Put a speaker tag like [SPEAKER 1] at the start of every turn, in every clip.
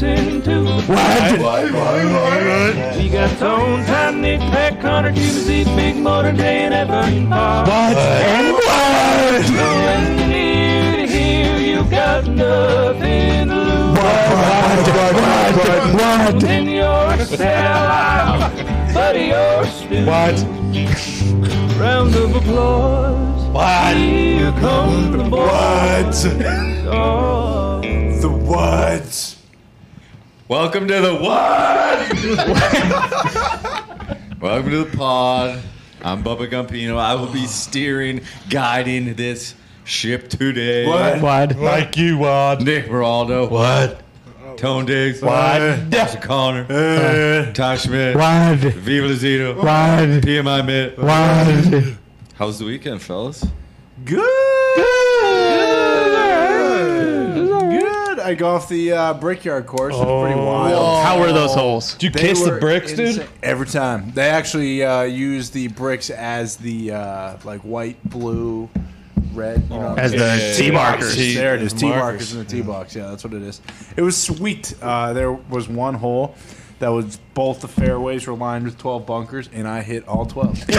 [SPEAKER 1] listen to the what? We got Tone, Time, Nick, Pack, Connor, Jimmy, Big Motor, Day, and Evan Bob. And here to here, you got nothing to lose. Then you're a sellout, buddy, you're stupid. Round of applause. Here comes the boys. Oh.
[SPEAKER 2] The what? Welcome to the what? Welcome to the pod. I'm Bubba Gumpino. I will be steering, guiding this ship today.
[SPEAKER 3] Wad.
[SPEAKER 4] Like you, Wad.
[SPEAKER 2] Nick Beraldo.
[SPEAKER 4] What?
[SPEAKER 2] Tone Diggs.
[SPEAKER 4] What?
[SPEAKER 2] Dustin Connor.
[SPEAKER 4] Uh,
[SPEAKER 2] Ty Schmidt.
[SPEAKER 3] Wad.
[SPEAKER 2] Viva Lazito.
[SPEAKER 3] Wad.
[SPEAKER 2] PMI Mitt.
[SPEAKER 3] Wad.
[SPEAKER 2] How's the weekend, fellas?
[SPEAKER 5] Good. I go off the uh, brickyard course. It's pretty wild.
[SPEAKER 3] Oh. How were those holes?
[SPEAKER 4] Did you
[SPEAKER 5] They
[SPEAKER 4] kiss the
[SPEAKER 5] were
[SPEAKER 4] bricks, dude?
[SPEAKER 5] insane. Every time they actually uh, use the bricks as the uh, like white, blue, red. You know,
[SPEAKER 3] As the T markers.
[SPEAKER 4] T-
[SPEAKER 5] There it is.
[SPEAKER 4] the
[SPEAKER 5] T
[SPEAKER 4] markers,
[SPEAKER 5] markers in the T box. Yeah, that's what it is. It was sweet. Uh, there was one hole that was both the fairways were lined with twelve bunkers, and I hit all twelve.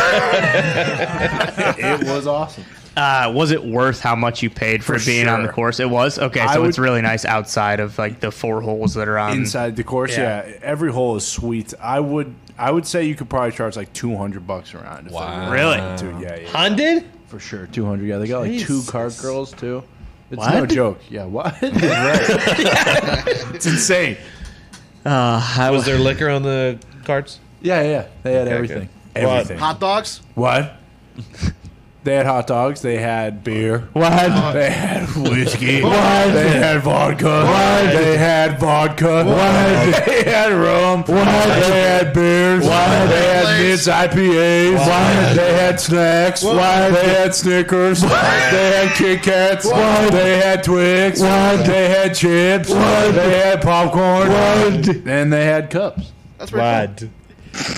[SPEAKER 5] it was awesome.
[SPEAKER 3] Uh, was it worth how much you paid for,
[SPEAKER 5] For
[SPEAKER 3] being on the
[SPEAKER 5] sure.
[SPEAKER 3] course? It was okay. So
[SPEAKER 5] I
[SPEAKER 3] it's
[SPEAKER 5] would-
[SPEAKER 3] really nice outside of like the four holes that are on.
[SPEAKER 5] inside the course.
[SPEAKER 3] yeah.
[SPEAKER 5] Um, Yeah. every hole is sweet. I would I would say you could probably charge like two hundred bucks around. If
[SPEAKER 2] Wow.
[SPEAKER 5] they really
[SPEAKER 3] Really?
[SPEAKER 5] wanted to. Yeah, yeah,
[SPEAKER 4] Hundred?
[SPEAKER 5] for sure, two hundred. Yeah, they got like two
[SPEAKER 4] Jesus.
[SPEAKER 5] cart girls too. It's no
[SPEAKER 3] What?
[SPEAKER 5] joke. Yeah, what? Right. it's insane.
[SPEAKER 3] Uh,
[SPEAKER 4] Was there liquor on the carts?
[SPEAKER 5] Yeah, yeah, yeah. They had everything. Everything.
[SPEAKER 6] Hot dogs?
[SPEAKER 5] What? They had hot dogs. They had beer.
[SPEAKER 3] What?
[SPEAKER 5] They had whiskey. They had vodka. They had vodka. They had rum. They had beers. They had Nitz IPAs. They had snacks. They had Snickers. They had Kit Kats. They had Twix. They had chips. They had popcorn. And they had cups.
[SPEAKER 6] That's pretty cool.
[SPEAKER 4] What?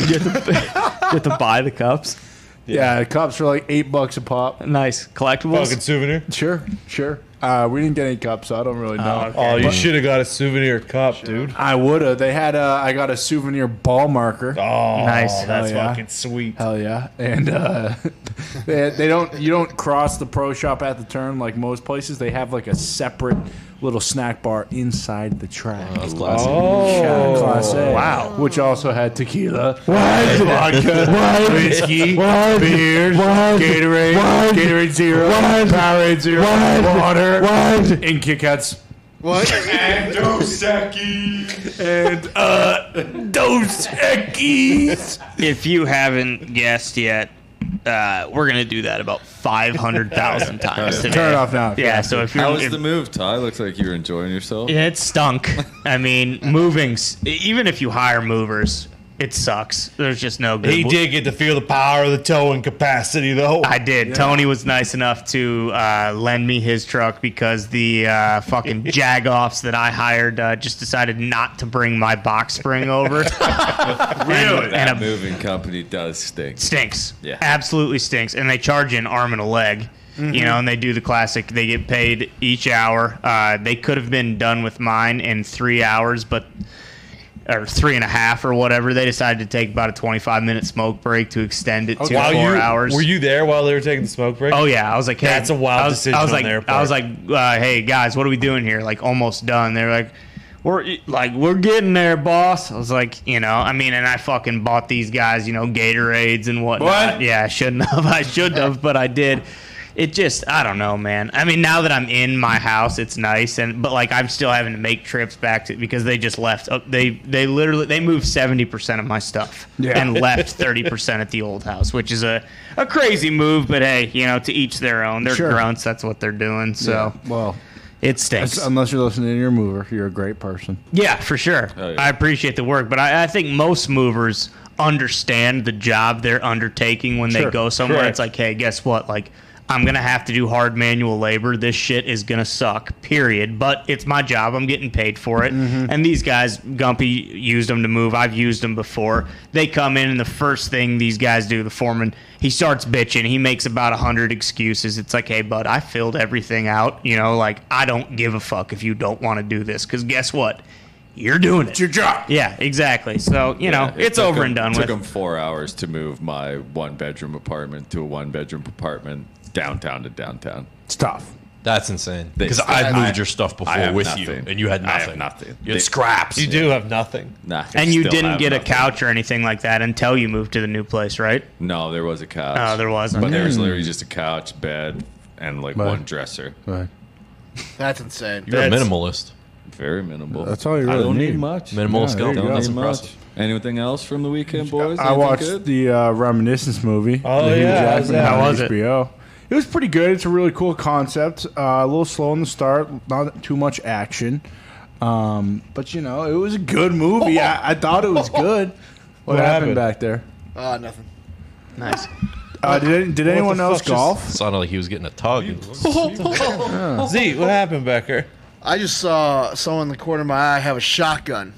[SPEAKER 3] you, have to, you have to buy the cups.
[SPEAKER 5] Yeah, the cups were like eight bucks a pop.
[SPEAKER 3] Nice collectibles.
[SPEAKER 4] Fucking souvenir.
[SPEAKER 5] Sure, sure. Uh, we didn't get any cups, so I don't really know.
[SPEAKER 4] Oh, you should have got a souvenir cup, dude.
[SPEAKER 5] I would have. They had. A, I got a souvenir ball marker.
[SPEAKER 4] Oh,
[SPEAKER 3] Nice.
[SPEAKER 4] That's
[SPEAKER 5] Hell yeah.
[SPEAKER 4] fucking sweet.
[SPEAKER 5] Hell yeah! And uh, they, they don't. You don't cross the pro shop at the turn like most places. They have like a separate little snack bar inside the track.
[SPEAKER 3] Oh,
[SPEAKER 5] Yeah, Class A.
[SPEAKER 3] Wow.
[SPEAKER 5] Which also had tequila, vodka, whiskey, beers, Gatorade, Gatorade Zero, Powerade Zero, water, and Kit Kats.
[SPEAKER 6] What?
[SPEAKER 5] and uh, Dos Equis.
[SPEAKER 3] If you haven't guessed yet, uh, we're gonna do that about five hundred thousand times today.
[SPEAKER 5] Turn it off now.
[SPEAKER 3] Yeah. So if you're
[SPEAKER 2] How was
[SPEAKER 3] if-
[SPEAKER 2] the move, Ty? Looks like you were enjoying yourself.
[SPEAKER 3] It stunk. I mean, moving's even if you hire movers, it sucks. There's just no good.
[SPEAKER 4] He did get to feel the power of the towing capacity, though.
[SPEAKER 3] I did. Tony was nice enough to uh, lend me his truck because the uh, fucking jagoffs that I hired uh, just decided not to bring my box spring over. really? And, and
[SPEAKER 2] That
[SPEAKER 3] a-
[SPEAKER 2] moving company does stink.
[SPEAKER 3] stinks.
[SPEAKER 2] Yeah.
[SPEAKER 3] Absolutely stinks. And they charge you an arm and a leg. You
[SPEAKER 4] Mm-hmm.
[SPEAKER 3] know, and they do the classic. They get paid each hour. Uh, they could have been done with mine in three hours, but or three and a half or whatever. They decided to take about a twenty-five minute smoke break to extend it to
[SPEAKER 4] Oh, While you,
[SPEAKER 3] four hours.
[SPEAKER 4] Were you there while they were taking the smoke break?
[SPEAKER 3] Oh yeah, I was like, hey,
[SPEAKER 4] That's a wild
[SPEAKER 3] I was,
[SPEAKER 4] decision
[SPEAKER 3] I was
[SPEAKER 4] on
[SPEAKER 3] like,
[SPEAKER 4] their
[SPEAKER 3] I was like, uh, hey guys, what are we doing here? Like almost done. They're like, we're like we're getting there, boss. I was like, you know, I mean, and I fucking bought these guys, you know, Gatorades and whatnot.
[SPEAKER 5] What?
[SPEAKER 3] Yeah, I shouldn't have. I should have, but I did. It just, I don't know, man. I mean, now that I'm in my house, it's nice, and but like I'm still having to make trips back to because they just left. Uh, They they literally they moved seventy percent of my stuff
[SPEAKER 5] Yeah.
[SPEAKER 3] and left 30% at the old house, which is a, a crazy move, but hey, you know, to each their own. They're
[SPEAKER 5] Sure.
[SPEAKER 3] grunts. That's what they're doing. So
[SPEAKER 5] Well,
[SPEAKER 3] it stinks.
[SPEAKER 5] unless you're listening to your mover, you're a great person.
[SPEAKER 3] yeah, for sure.
[SPEAKER 2] Oh, yeah.
[SPEAKER 3] I appreciate the work, but I, I think most movers understand the job they're undertaking when they
[SPEAKER 5] Sure.
[SPEAKER 3] go somewhere.
[SPEAKER 4] Correct.
[SPEAKER 3] It's like, hey, guess what? Like, I'm going to have to do hard manual labor. This shit is going to suck, period. But it's my job. I'm getting paid for it.
[SPEAKER 5] Mm-hmm.
[SPEAKER 3] And these guys, Gumpy used them to move. I've used them before. They come in, and the first thing these guys do, the foreman, he starts bitching. He makes about 100 excuses. It's like, hey, bud, I filled everything out. You know, like, I don't give a fuck if you don't want to do this. Because guess what? you're doing it.
[SPEAKER 5] It's your job.
[SPEAKER 3] Yeah, exactly. So you know,
[SPEAKER 2] It
[SPEAKER 3] it's
[SPEAKER 2] took
[SPEAKER 3] over
[SPEAKER 2] him-
[SPEAKER 3] and done
[SPEAKER 2] took
[SPEAKER 3] with.
[SPEAKER 2] him four hours to move my one bedroom apartment to a one bedroom apartment downtown to downtown.
[SPEAKER 5] It's tough.
[SPEAKER 6] That's insane.
[SPEAKER 2] They-
[SPEAKER 6] Because I
[SPEAKER 2] I-
[SPEAKER 6] moved your stuff
[SPEAKER 2] I
[SPEAKER 6] before
[SPEAKER 2] have
[SPEAKER 6] with you,
[SPEAKER 2] nothing.
[SPEAKER 6] and you had
[SPEAKER 2] I
[SPEAKER 6] nothing.
[SPEAKER 2] have nothing.
[SPEAKER 6] You
[SPEAKER 2] They-
[SPEAKER 6] had scraps.
[SPEAKER 4] You do have nothing.
[SPEAKER 2] Nah, I
[SPEAKER 3] And you
[SPEAKER 2] still
[SPEAKER 3] didn't
[SPEAKER 2] have
[SPEAKER 3] get a
[SPEAKER 2] nothing.
[SPEAKER 3] couch or anything like that until you moved to the new place, right?
[SPEAKER 2] No, there was a couch.
[SPEAKER 3] Oh, there wasn't.
[SPEAKER 2] But there
[SPEAKER 7] Hmm.
[SPEAKER 2] was literally just a couch, bed, and like one dresser.
[SPEAKER 5] Right.
[SPEAKER 7] That's insane.
[SPEAKER 6] You're a
[SPEAKER 3] That's-
[SPEAKER 6] minimalist.
[SPEAKER 2] Very minimal.
[SPEAKER 5] That's all you really
[SPEAKER 2] I don't need,
[SPEAKER 5] need.
[SPEAKER 2] much.
[SPEAKER 6] Minimalist
[SPEAKER 5] Yeah, there you
[SPEAKER 6] skeleton.
[SPEAKER 5] go.
[SPEAKER 6] That's
[SPEAKER 2] Not
[SPEAKER 6] impressive.
[SPEAKER 2] much. Anything else from the weekend, boys?
[SPEAKER 5] I
[SPEAKER 2] Anything
[SPEAKER 5] watched
[SPEAKER 2] good?
[SPEAKER 5] the uh, Reminiscence movie.
[SPEAKER 4] Oh,
[SPEAKER 5] The Hugh
[SPEAKER 4] yeah, how's
[SPEAKER 5] Jackman
[SPEAKER 4] that?
[SPEAKER 5] on
[SPEAKER 3] How was it?
[SPEAKER 5] HBO. It was pretty good. It's a really cool concept. Uh, a little slow in the start, not too much action. Um, but you know, it was a good movie. I, I thought it was good. What, happened,
[SPEAKER 4] happened?
[SPEAKER 5] back there?
[SPEAKER 7] Uh, nothing.
[SPEAKER 3] Nice.
[SPEAKER 5] Uh, did any- did anyone
[SPEAKER 4] fuck
[SPEAKER 5] else
[SPEAKER 4] just-
[SPEAKER 5] golf?
[SPEAKER 6] Sounded like he was getting a tug.
[SPEAKER 5] Oh.
[SPEAKER 4] Z, what happened back here?
[SPEAKER 7] I just saw someone in the corner of my eye have a shotgun,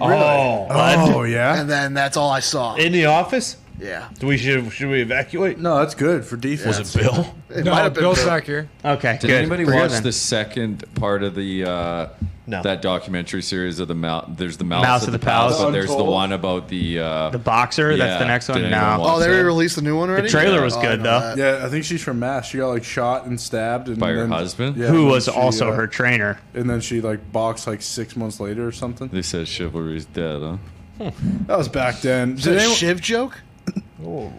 [SPEAKER 4] Oh,
[SPEAKER 5] Oh yeah.
[SPEAKER 7] and then that's all I saw.
[SPEAKER 4] in the office?
[SPEAKER 7] yeah.
[SPEAKER 4] Do we should should we evacuate?
[SPEAKER 5] No, that's good for defense.
[SPEAKER 6] Was it Bill?
[SPEAKER 7] It might have been
[SPEAKER 6] Bill's
[SPEAKER 7] Bill.
[SPEAKER 6] back here.
[SPEAKER 3] Okay.
[SPEAKER 2] Did
[SPEAKER 3] good.
[SPEAKER 2] anybody
[SPEAKER 3] We're good
[SPEAKER 2] watch
[SPEAKER 3] then.
[SPEAKER 2] the second part of the uh,
[SPEAKER 4] No.
[SPEAKER 2] that documentary series of the mouse? There's the mouse,
[SPEAKER 3] Mouse
[SPEAKER 2] of
[SPEAKER 3] of
[SPEAKER 2] the,
[SPEAKER 3] the
[SPEAKER 2] palace,
[SPEAKER 3] Palace.
[SPEAKER 2] and there's the
[SPEAKER 5] Untold.
[SPEAKER 2] one about the uh,
[SPEAKER 3] The boxer.
[SPEAKER 2] Yeah,
[SPEAKER 3] That's the next one.
[SPEAKER 2] did anyone
[SPEAKER 3] No.
[SPEAKER 2] watch-
[SPEAKER 7] Oh, they
[SPEAKER 2] So-
[SPEAKER 7] already released the new one already.
[SPEAKER 3] trailer was
[SPEAKER 7] Oh, I
[SPEAKER 3] good,
[SPEAKER 7] know
[SPEAKER 3] though.
[SPEAKER 7] that.
[SPEAKER 5] Yeah, I think she's from Mass. She got like shot and stabbed and
[SPEAKER 2] By her
[SPEAKER 5] then-
[SPEAKER 2] husband?
[SPEAKER 5] Yeah,
[SPEAKER 3] Who
[SPEAKER 5] and
[SPEAKER 3] was
[SPEAKER 5] she,
[SPEAKER 3] also
[SPEAKER 5] uh,
[SPEAKER 3] her trainer?
[SPEAKER 5] And then she like boxed like six months later or something.
[SPEAKER 2] They said chivalry's dead, huh?
[SPEAKER 5] That was back then.
[SPEAKER 7] Is that
[SPEAKER 5] Did
[SPEAKER 7] a
[SPEAKER 5] anyone, Oh,
[SPEAKER 7] shiv joke?
[SPEAKER 5] whoa,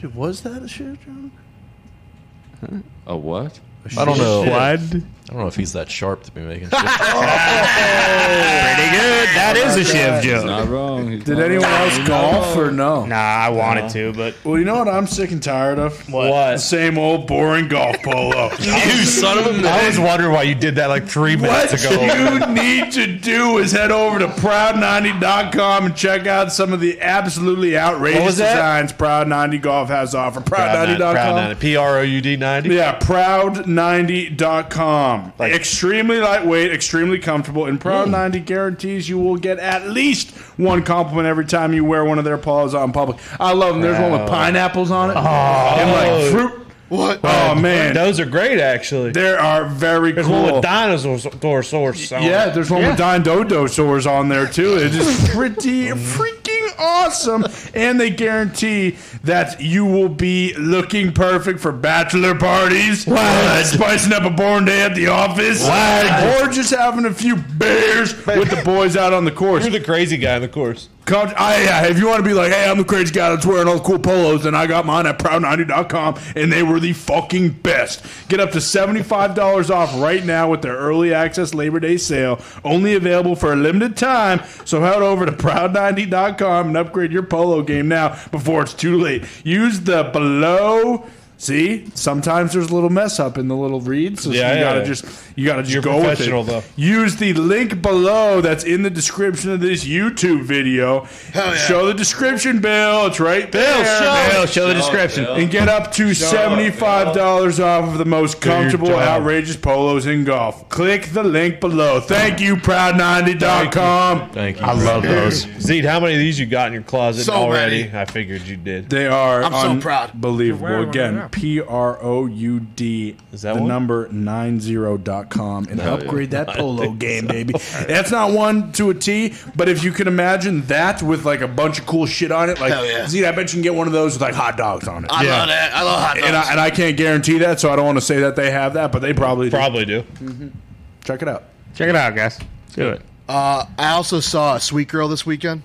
[SPEAKER 5] dude, was that a shit?
[SPEAKER 2] A what?
[SPEAKER 6] I don't know. I
[SPEAKER 3] What?
[SPEAKER 6] don't know if he's that sharp to be making. shit.
[SPEAKER 3] Pretty good. That is a shiv
[SPEAKER 2] He's
[SPEAKER 3] joke.
[SPEAKER 2] not wrong. He's
[SPEAKER 5] Did
[SPEAKER 2] not
[SPEAKER 5] anyone
[SPEAKER 2] wrong.
[SPEAKER 5] else golf or no?
[SPEAKER 3] Nah, I wanted to, but
[SPEAKER 5] Well, you know what I'm sick and tired of? The
[SPEAKER 4] What?
[SPEAKER 5] same old boring golf polo.
[SPEAKER 6] you son of a.
[SPEAKER 4] I was wondering why you did that like three
[SPEAKER 5] what you need to do is head over to proud90.com and check out some of the absolutely
[SPEAKER 4] What
[SPEAKER 5] outrageous
[SPEAKER 4] was that?
[SPEAKER 5] designs Proud 90 Golf has to offer. Proud90.com.
[SPEAKER 4] P R O U D ninety.
[SPEAKER 5] Yeah, proud90.com.
[SPEAKER 4] Like- Hmm.
[SPEAKER 5] extremely lightweight, extremely comfortable, and Proud90 guarantees you will get at least one compliment every time you wear one of their paws out in public. I love them. There's one with pineapples on
[SPEAKER 4] Oh.
[SPEAKER 5] it and like fruit.
[SPEAKER 7] What?
[SPEAKER 5] Oh, man.
[SPEAKER 4] Those are great actually.
[SPEAKER 5] There are very
[SPEAKER 4] There's
[SPEAKER 5] cool.
[SPEAKER 4] one with dinosaur source.
[SPEAKER 5] yeah, there's one with Dine Dodo sores on there too. It is pretty freaking awesome, and they guarantee that you will be looking perfect for bachelor parties, Uh, spicing up a boring day at the office, or just having a few beers with the boys out on the course.
[SPEAKER 4] You're the crazy guy in the course.
[SPEAKER 5] Come, I, I- if you want to be like, hey, I'm the crazy guy that's wearing all the cool polos, and I got mine at proud90.com, and they were the fucking best. Get up to $75 off right now with their early access Labor Day sale, only available for a limited time. So head over to proud90.com and upgrade your polo game now before it's too late. Use the below. See, sometimes there's a little mess up in the little reads, so
[SPEAKER 4] Yeah,
[SPEAKER 5] you
[SPEAKER 4] yeah,
[SPEAKER 5] gotta
[SPEAKER 4] yeah.
[SPEAKER 5] just you gotta just
[SPEAKER 4] You're
[SPEAKER 5] go with it.
[SPEAKER 4] professional, though.
[SPEAKER 5] Use the link below that's in the description of this YouTube video. Show the description, Bill. It's right there.
[SPEAKER 3] Bill, show the description.
[SPEAKER 5] And get up to $75 off of the most comfortable,
[SPEAKER 4] job.
[SPEAKER 5] outrageous polos in golf. Click the link below. Thank you, proud90.com.
[SPEAKER 6] Thank you.
[SPEAKER 3] I love those.
[SPEAKER 4] Zed, how many of these you got in your closet
[SPEAKER 7] So
[SPEAKER 4] already?
[SPEAKER 7] many.
[SPEAKER 4] I figured you did.
[SPEAKER 5] They are
[SPEAKER 7] I'm so proud.
[SPEAKER 5] unbelievable. Again, P R O U D,
[SPEAKER 4] Is
[SPEAKER 5] the
[SPEAKER 4] that one?
[SPEAKER 5] number 90.com, and
[SPEAKER 2] yeah.
[SPEAKER 5] upgrade that polo game, baby. That's not one to a T, but if you can imagine that with like a bunch of cool shit on it, like,
[SPEAKER 7] Hell yeah.
[SPEAKER 5] see, I bet you can get one of those with like hot dogs on it.
[SPEAKER 7] I love that. I love hot dogs.
[SPEAKER 5] and, I, and I can't guarantee that, so I don't want to say that they have that, but they probably, do.
[SPEAKER 4] Probably do.
[SPEAKER 7] Mm-hmm.
[SPEAKER 5] Check it out.
[SPEAKER 3] Check it out, guys. Let's do it.
[SPEAKER 7] uh, I also saw a Sweet Girl this weekend.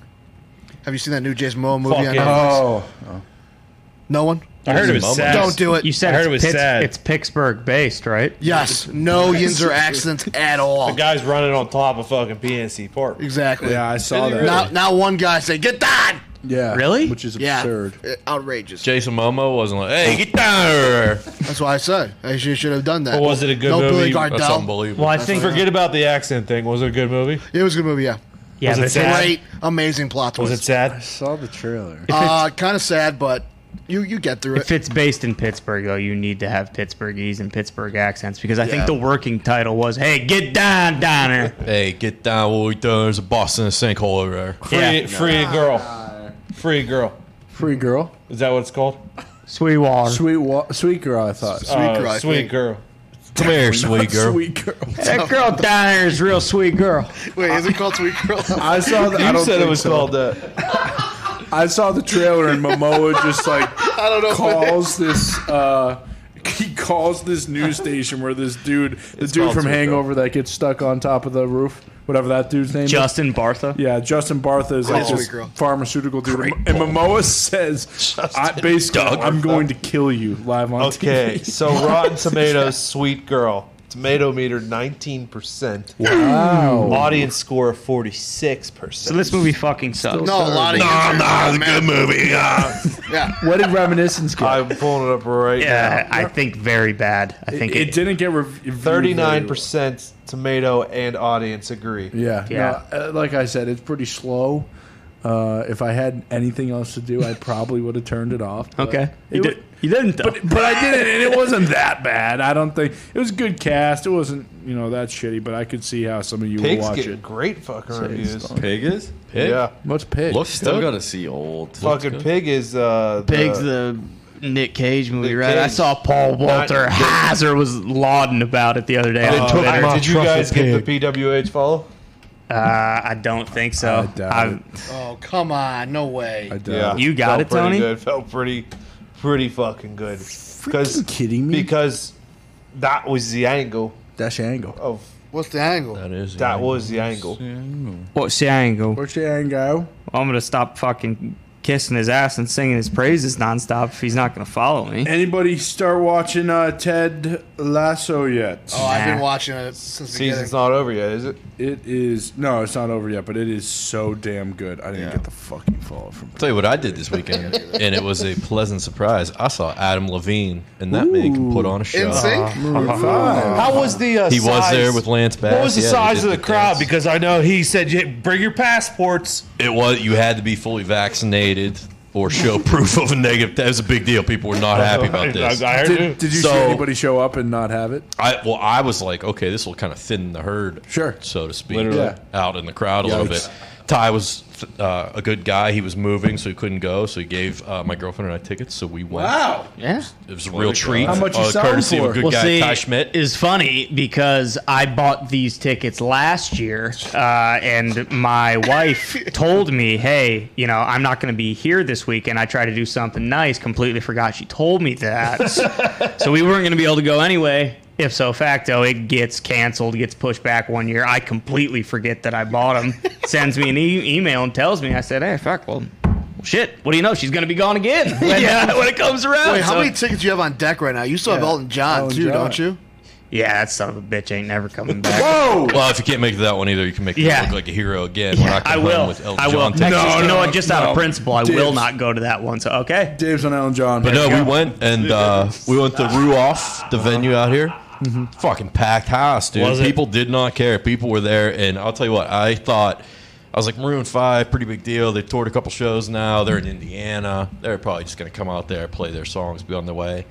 [SPEAKER 7] Have you seen that new Jason Momoa movie?
[SPEAKER 4] Fuck
[SPEAKER 7] on
[SPEAKER 4] yeah.
[SPEAKER 7] Netflix?
[SPEAKER 5] Oh,
[SPEAKER 7] No one.
[SPEAKER 4] I heard it was sad.
[SPEAKER 7] Don't do it.
[SPEAKER 3] You said
[SPEAKER 4] I heard
[SPEAKER 3] it's,
[SPEAKER 4] it was
[SPEAKER 3] Pitts-
[SPEAKER 4] sad.
[SPEAKER 3] it's Pittsburgh based, right?
[SPEAKER 7] yes. No yins or accidents at all.
[SPEAKER 4] The guy's running on top of fucking PNC Park.
[SPEAKER 7] Exactly.
[SPEAKER 5] yeah, I saw that.
[SPEAKER 7] Not not one guy say get down.
[SPEAKER 5] yeah,
[SPEAKER 3] Really?
[SPEAKER 5] Which is
[SPEAKER 7] Yeah.
[SPEAKER 5] absurd.
[SPEAKER 7] Uh, Outrageous.
[SPEAKER 6] Jason Momo wasn't like, hey, get down here.
[SPEAKER 7] That's why I say I should, should have done that.
[SPEAKER 4] But was it a good
[SPEAKER 7] no
[SPEAKER 4] movie?
[SPEAKER 7] Billy Gardell.
[SPEAKER 6] That's unbelievable.
[SPEAKER 3] Well, I think
[SPEAKER 4] Forget about the accent thing. Was it a good movie?
[SPEAKER 7] It was a good movie. Yeah.
[SPEAKER 3] yeah,
[SPEAKER 4] Was it
[SPEAKER 3] but
[SPEAKER 4] sad?
[SPEAKER 3] that's-
[SPEAKER 7] Great, amazing plot twist.
[SPEAKER 4] Was it sad?
[SPEAKER 5] Saw the trailer.
[SPEAKER 7] uh, kind of sad, but you you get through
[SPEAKER 3] If
[SPEAKER 7] it.
[SPEAKER 3] it's based in Pittsburgh, though, you need to have Pittsburghese and Pittsburgh accents because I
[SPEAKER 7] Yeah.
[SPEAKER 3] think the working title was "Hey, get down, Donner."
[SPEAKER 6] Hey, get down. What we doing? There's a boss in a sinkhole over there.
[SPEAKER 4] Free,
[SPEAKER 3] Yeah.
[SPEAKER 4] free girl. Free girl.
[SPEAKER 5] Free girl,
[SPEAKER 4] Is that what it's called?
[SPEAKER 3] Sweetwater.
[SPEAKER 5] sweet, wa- sweet girl. I thought.
[SPEAKER 7] Uh, Sweet girl. I
[SPEAKER 4] Uh, sweet
[SPEAKER 7] think.
[SPEAKER 4] girl.
[SPEAKER 6] Come here, sweet girl.
[SPEAKER 3] That girl down there is a real sweet girl.
[SPEAKER 7] Wait, is it called Sweet Girl?
[SPEAKER 5] I saw. The, I
[SPEAKER 4] You
[SPEAKER 5] don't
[SPEAKER 4] said it
[SPEAKER 5] think
[SPEAKER 4] was
[SPEAKER 5] so.
[SPEAKER 4] called uh, that.
[SPEAKER 5] I saw the trailer and Momoa just like
[SPEAKER 7] I don't know.
[SPEAKER 5] calls this. Uh, he calls this news station where this dude, the dude
[SPEAKER 4] called
[SPEAKER 5] from
[SPEAKER 4] Sweet Girl.
[SPEAKER 5] Hangover, that gets stuck on top of the roof, whatever that dude's name is.
[SPEAKER 3] Justin Bartha.
[SPEAKER 5] Yeah, Justin Bartha is like
[SPEAKER 7] Call
[SPEAKER 5] this
[SPEAKER 7] Sweet Girl.
[SPEAKER 5] pharmaceutical dude, and Momoa says, I, "Basically, I'm going to kill you live on
[SPEAKER 4] Okay,
[SPEAKER 5] TV."
[SPEAKER 4] so Rotten Tomatoes, Sweet Girl. Tomato meter 19%.
[SPEAKER 5] Wow.
[SPEAKER 4] Audience score of 46%.
[SPEAKER 3] So this movie fucking sucks.
[SPEAKER 7] No, a lot of no, it's a good movie. Yeah,
[SPEAKER 5] What did Reminiscence get?
[SPEAKER 4] I'm pulling it up right
[SPEAKER 3] yeah, I think very bad. I think
[SPEAKER 5] it,
[SPEAKER 3] it,
[SPEAKER 5] didn't get reviewed.
[SPEAKER 4] now. 39% tomato and audience agree.
[SPEAKER 5] Yeah.
[SPEAKER 3] Yeah.
[SPEAKER 5] no, uh, like I said, it's pretty slow. Uh, if I had anything else to do, I probably would have turned it off. but
[SPEAKER 3] okay.
[SPEAKER 5] It
[SPEAKER 3] You,
[SPEAKER 5] wa-
[SPEAKER 3] did, you didn't. Though.
[SPEAKER 5] but, but I didn't, and it wasn't that bad. I don't think it was a good cast. It wasn't, you know, that shitty. But I could see how some of you would
[SPEAKER 4] Pigs
[SPEAKER 5] watch
[SPEAKER 4] getting
[SPEAKER 5] it.
[SPEAKER 4] great fucking reviews.
[SPEAKER 2] Pig is? Pig?
[SPEAKER 4] Yeah.
[SPEAKER 5] What's pig?
[SPEAKER 2] Looks still gotta see old.
[SPEAKER 4] Fucking Pig is uh, the-
[SPEAKER 3] Pig's the Nick Cage movie,
[SPEAKER 4] Nick
[SPEAKER 3] right? I
[SPEAKER 4] Cage.
[SPEAKER 3] saw Paul Walter
[SPEAKER 4] Not-
[SPEAKER 3] Hauser was lauding about it the other day.
[SPEAKER 4] Uh,
[SPEAKER 3] on Twitter.
[SPEAKER 4] I-
[SPEAKER 5] Oh,
[SPEAKER 3] Uh,
[SPEAKER 4] did you guys get the PWH follow?
[SPEAKER 3] I don't think
[SPEAKER 5] I
[SPEAKER 3] so.
[SPEAKER 5] doubt
[SPEAKER 3] I've-
[SPEAKER 5] it.
[SPEAKER 7] Oh, come on. No way.
[SPEAKER 5] I doubt it.
[SPEAKER 3] You got
[SPEAKER 4] Felt
[SPEAKER 3] it,
[SPEAKER 4] pretty
[SPEAKER 3] Tony?
[SPEAKER 4] Good. Felt pretty, pretty fucking good. Because
[SPEAKER 5] Freaking kidding me?
[SPEAKER 4] Because that was the angle
[SPEAKER 5] That's your angle.
[SPEAKER 4] of
[SPEAKER 7] What's the angle?
[SPEAKER 6] That is.
[SPEAKER 4] that was the angle.
[SPEAKER 3] What's the angle?
[SPEAKER 5] What's your angle?
[SPEAKER 3] I'm gonna stop fucking kissing his ass and singing his praises nonstop if he's not gonna follow me.
[SPEAKER 5] Anybody start watching uh, Ted Lasso yet?
[SPEAKER 7] Oh, I've been
[SPEAKER 3] Nah.
[SPEAKER 7] watching it since the beginning.
[SPEAKER 4] Season's not over yet, is it?
[SPEAKER 5] It is no, it's not over yet, but it is so damn good. I didn't
[SPEAKER 2] Yeah.
[SPEAKER 5] get the fucking follow from.
[SPEAKER 6] Tell you what I did this weekend, and it was a pleasant surprise. I saw Adam Levine, and that man can put on a show. Uh-huh.
[SPEAKER 7] In sync?
[SPEAKER 5] Maroon Five.
[SPEAKER 8] How was the? Uh,
[SPEAKER 6] He was
[SPEAKER 8] size-
[SPEAKER 6] there with Lance Bass.
[SPEAKER 8] What was the
[SPEAKER 6] Yeah, they
[SPEAKER 8] size
[SPEAKER 6] did
[SPEAKER 8] of the
[SPEAKER 6] the
[SPEAKER 8] crowd?
[SPEAKER 6] dance.
[SPEAKER 8] Because I know he said, "Yeah, "Bring your passports."
[SPEAKER 6] It was you had to be fully vaccinated or show proof of a negative. That was a big deal. People were not happy about this.
[SPEAKER 8] Uh-huh. I, I heard you.
[SPEAKER 5] Did, did you see
[SPEAKER 6] So-
[SPEAKER 5] anybody show up and not have it?
[SPEAKER 6] I well, I was like, okay, this will kind of thin the herd,
[SPEAKER 5] Sure.
[SPEAKER 6] so to speak,
[SPEAKER 5] Literally. Yeah.
[SPEAKER 6] out in the crowd a little
[SPEAKER 5] Yikes.
[SPEAKER 6] bit. Ty was uh, a good guy. He was moving, so he couldn't go. So he gave uh, my girlfriend and I tickets. So we went.
[SPEAKER 5] Wow.
[SPEAKER 3] Yeah.
[SPEAKER 6] It was a real treat.
[SPEAKER 5] How much you
[SPEAKER 6] uh,
[SPEAKER 5] sell 'em
[SPEAKER 6] courtesy
[SPEAKER 5] for?
[SPEAKER 6] of a good
[SPEAKER 3] Well,
[SPEAKER 6] guy
[SPEAKER 3] see,
[SPEAKER 6] Ty Schmidt.
[SPEAKER 3] is funny because I bought these tickets last year, uh, and my wife told me, "Hey, you know, I'm not going to be here this weekend. I tried to do something nice. Completely forgot she told me that, so we weren't going to be able to go anyway." If so facto, it gets canceled, gets pushed back one year. I completely forget that I bought them. Sends me an e- email and tells me, "I said, hey, fuck, well." Shit! What do you know? She's gonna be gone again when, when it comes around.
[SPEAKER 7] Wait, how
[SPEAKER 3] So-
[SPEAKER 7] many tickets do you have on deck right now? You still have
[SPEAKER 5] Yeah.
[SPEAKER 7] Elton John,
[SPEAKER 5] Elton
[SPEAKER 7] too,
[SPEAKER 5] John.
[SPEAKER 7] don't you?
[SPEAKER 3] yeah, that son of a bitch ain't never coming back.
[SPEAKER 6] Well, if you can't make it to that one either, you can make
[SPEAKER 3] Yeah.
[SPEAKER 6] it look like a hero again. when
[SPEAKER 3] Yeah,
[SPEAKER 6] come
[SPEAKER 3] I
[SPEAKER 6] home
[SPEAKER 3] will.
[SPEAKER 6] With Elton
[SPEAKER 3] I will.
[SPEAKER 6] John
[SPEAKER 3] Actually,
[SPEAKER 6] tickets.
[SPEAKER 3] you know what? Just out
[SPEAKER 5] no.
[SPEAKER 3] of principle, I will
[SPEAKER 5] Dibs.
[SPEAKER 3] not go to that one. So okay.
[SPEAKER 5] Dave's on Alan John.
[SPEAKER 6] But no, we went and uh, we went to Ruoff, the venue out here. Fucking packed house, dude.
[SPEAKER 8] Was it?
[SPEAKER 6] People did not care. People were there, and I'll tell you what, I thought I was like Maroon Five, pretty big deal. They toured a couple shows now. They're in Indiana. They're probably just gonna come out there, play their songs, be on their way.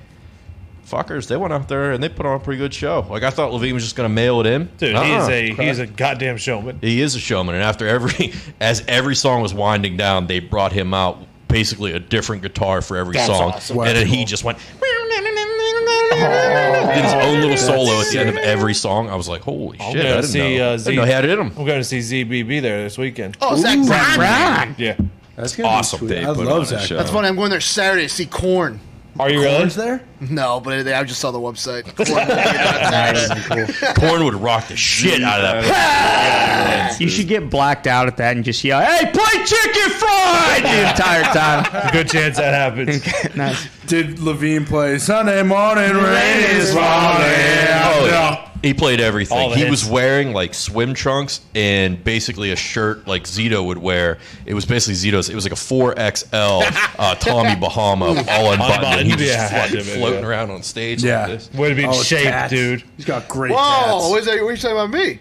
[SPEAKER 6] Fuckers, they went out there and they put on a pretty good show. Like I thought, Levine was just gonna mail it in.
[SPEAKER 8] Dude, he is
[SPEAKER 6] Uh-uh.
[SPEAKER 8] a he's a goddamn showman.
[SPEAKER 6] He is a showman, and after every as every song was winding down, they brought him out basically a different guitar for every song, and then he just went did his own little solo at the end of every song. I was like, "Holy shit!" I
[SPEAKER 8] gonna
[SPEAKER 6] didn't
[SPEAKER 8] see,
[SPEAKER 6] know.
[SPEAKER 8] uh,
[SPEAKER 6] I didn't know he had it in him.
[SPEAKER 8] I'm going to see ZBB there this weekend.
[SPEAKER 7] Oh, Zach Brown.
[SPEAKER 8] Yeah,
[SPEAKER 5] That's gonna be
[SPEAKER 2] Awesome.
[SPEAKER 5] sweet.
[SPEAKER 2] They
[SPEAKER 5] I
[SPEAKER 2] put
[SPEAKER 5] love
[SPEAKER 2] on a
[SPEAKER 5] Zach.
[SPEAKER 2] show.
[SPEAKER 7] That's funny. I'm going there Saturday to see Corn.
[SPEAKER 8] are you really?
[SPEAKER 5] Is there?
[SPEAKER 7] No, but I I just saw the website. Korn.
[SPEAKER 6] Corn would rock the shit out of that.
[SPEAKER 3] You should get blacked out at that and just yell, "Hey, play chicken fried!" the entire time.
[SPEAKER 8] Good chance that happens.
[SPEAKER 3] nice.
[SPEAKER 5] Did Levine play Sunday morning rain is
[SPEAKER 6] Oh,
[SPEAKER 5] falling?
[SPEAKER 6] yeah. He played everything.
[SPEAKER 8] All the
[SPEAKER 6] he
[SPEAKER 8] hits.
[SPEAKER 6] was wearing like swim trunks and basically a shirt like Zito would wear. It was basically Zito's. It was like a 4XL uh, Tommy Bahama all unbuttoned. And he was
[SPEAKER 8] Unbuttoned, yeah,
[SPEAKER 6] just
[SPEAKER 8] had to
[SPEAKER 6] fucking
[SPEAKER 8] be,
[SPEAKER 6] floating
[SPEAKER 8] yeah.
[SPEAKER 6] around on stage
[SPEAKER 5] Yeah.
[SPEAKER 6] like this.
[SPEAKER 8] Would have been
[SPEAKER 5] Oh,
[SPEAKER 8] shaped,
[SPEAKER 5] tats.
[SPEAKER 8] dude.
[SPEAKER 5] He's got great.
[SPEAKER 7] Whoa,
[SPEAKER 5] tats.
[SPEAKER 7] what, is that, what are you saying about me?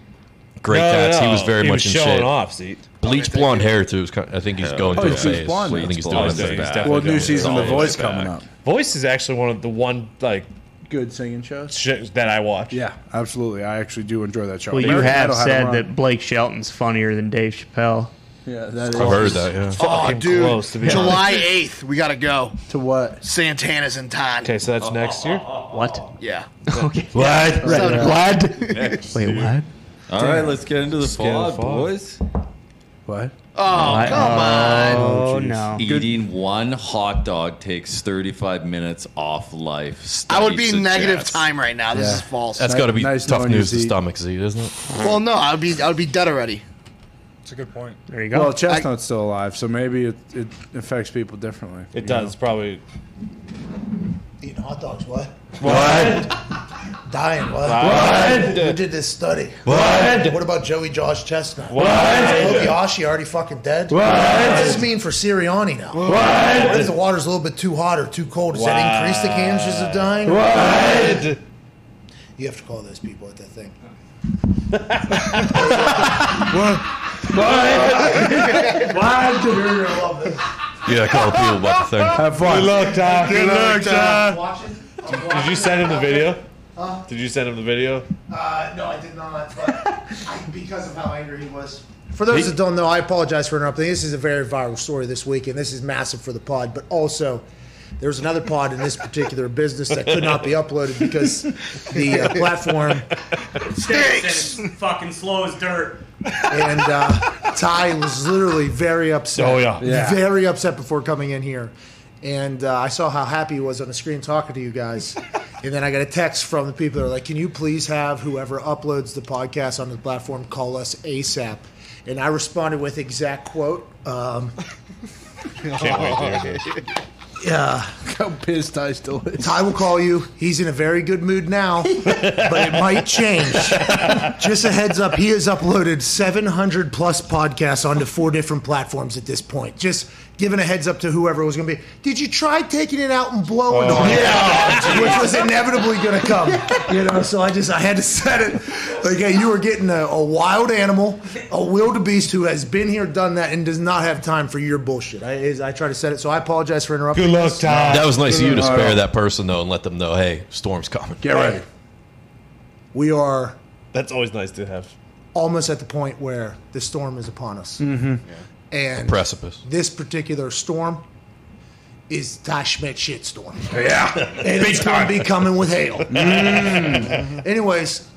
[SPEAKER 6] Great
[SPEAKER 8] No,
[SPEAKER 6] tats.
[SPEAKER 8] no,
[SPEAKER 6] He was very
[SPEAKER 8] he
[SPEAKER 6] much in
[SPEAKER 8] showing
[SPEAKER 6] shape.
[SPEAKER 8] off. See,
[SPEAKER 6] Bleach blonde hair too. Is kind I think he's going
[SPEAKER 5] Oh,
[SPEAKER 6] through a
[SPEAKER 5] he's bleach
[SPEAKER 6] phase.
[SPEAKER 5] blonde.
[SPEAKER 6] I think he's
[SPEAKER 2] He's
[SPEAKER 6] doing
[SPEAKER 2] blonde.
[SPEAKER 6] his
[SPEAKER 8] He's
[SPEAKER 6] best.
[SPEAKER 8] definitely
[SPEAKER 5] Well,
[SPEAKER 8] doing
[SPEAKER 5] new
[SPEAKER 8] it.
[SPEAKER 5] season
[SPEAKER 6] all
[SPEAKER 5] The
[SPEAKER 6] the way
[SPEAKER 5] Voice
[SPEAKER 6] back.
[SPEAKER 5] coming up.
[SPEAKER 8] Voice is actually one of the one like
[SPEAKER 5] Good singing shows.
[SPEAKER 8] shit that I watch.
[SPEAKER 5] Yeah, absolutely. I actually do enjoy that show.
[SPEAKER 3] Well, you
[SPEAKER 5] American
[SPEAKER 3] have
[SPEAKER 5] Idol had him
[SPEAKER 3] said
[SPEAKER 5] on.
[SPEAKER 3] that Blake Shelton's funnier than Dave Chappelle.
[SPEAKER 1] Yeah, that is.
[SPEAKER 6] I've heard that. Yeah.
[SPEAKER 7] Oh, dude.
[SPEAKER 8] close, to be
[SPEAKER 7] July 8th, we got to go.
[SPEAKER 1] To what?
[SPEAKER 7] Santana's in town.
[SPEAKER 8] Okay, so that's next year.
[SPEAKER 3] What?
[SPEAKER 7] Yeah.
[SPEAKER 3] Okay.
[SPEAKER 1] What?
[SPEAKER 7] Seven
[SPEAKER 1] What?
[SPEAKER 3] Wait, what?
[SPEAKER 2] All right, let's get into the fall, boys.
[SPEAKER 1] What?
[SPEAKER 7] Oh,
[SPEAKER 3] I-
[SPEAKER 7] come on.
[SPEAKER 3] Oh, no.
[SPEAKER 2] Eating one hot dog takes 35 minutes off life.
[SPEAKER 7] I would be
[SPEAKER 2] Study
[SPEAKER 7] negative
[SPEAKER 2] suggests.
[SPEAKER 7] time right now. This
[SPEAKER 1] Yeah.
[SPEAKER 7] is false.
[SPEAKER 6] That's got to be
[SPEAKER 1] Nice
[SPEAKER 6] tough
[SPEAKER 1] knowing you,
[SPEAKER 6] news to
[SPEAKER 1] Zeke.
[SPEAKER 6] stomach, Z, isn't it?
[SPEAKER 7] well, no, I would be I would be dead already.
[SPEAKER 9] It's a good point.
[SPEAKER 3] There you go.
[SPEAKER 1] Well, Chestnut's still alive, so maybe it, it affects people differently.
[SPEAKER 8] It does probably.
[SPEAKER 9] Eating hot dogs, what?
[SPEAKER 6] What?
[SPEAKER 9] Dying, what? We did this study.
[SPEAKER 6] What?
[SPEAKER 9] What about Joey Josh Chestnut?
[SPEAKER 6] What?
[SPEAKER 9] Kobayashi already fucking dead? What does this mean for Sirianni now? What? if the water's a little bit too hot or too cold? Does that increase the chances of dying? What? You have to call those people at that thing. You're gonna love this.
[SPEAKER 6] Yeah, call people about the thing.
[SPEAKER 1] Have fun.
[SPEAKER 8] Look, Tom. Good luck, Tom.
[SPEAKER 9] Watch it.
[SPEAKER 8] Did you send him the video? Did you send him the video?
[SPEAKER 9] Uh, no, I did not, but I, because of how angry he was. For those that don't know, I apologize for interrupting. This is a very viral story this week, and this is massive for the pod, but also. There was another pod in this particular business that could not be uploaded because the uh, platform
[SPEAKER 7] Stinks.
[SPEAKER 3] fucking slow as dirt.
[SPEAKER 9] and uh, Ty was literally very upset.
[SPEAKER 8] Oh, yeah.
[SPEAKER 1] Yeah.
[SPEAKER 9] very upset before coming in here, and uh, I saw how happy he was on the screen talking to you guys. And then I got a text from the people that are like, "Can you please have whoever uploads the podcast on the platform call us ASAP?" And I responded with exact quote. Um, yeah,
[SPEAKER 1] How pissed I still is.
[SPEAKER 9] Ty will call you. He's in a very good mood now, but it might change. Just a heads up, he has uploaded 700 plus podcasts onto four different platforms at this point. Just giving a heads up to whoever it was going to be. Did you try taking it out and blowing on it? Which was inevitably going to come. You know, so I just, I had to set it. Like, hey, you are getting a, a wild animal, a wildebeest who has been here, done that, and does not have time for your bullshit. I, is- I try to set it, so I apologize for interrupting.
[SPEAKER 8] Good luck, Tom.
[SPEAKER 6] That was nice of you to spare that person though, and let them know, hey, storm's coming.
[SPEAKER 1] Get ready.
[SPEAKER 9] We are
[SPEAKER 8] That's always nice to have.
[SPEAKER 9] almost at the point where the storm is upon us. Mm-hmm. And
[SPEAKER 6] Precipice.
[SPEAKER 9] this particular storm is Ty Schmidt shit storm. Yeah. And it's going to be coming with hail. Anyways,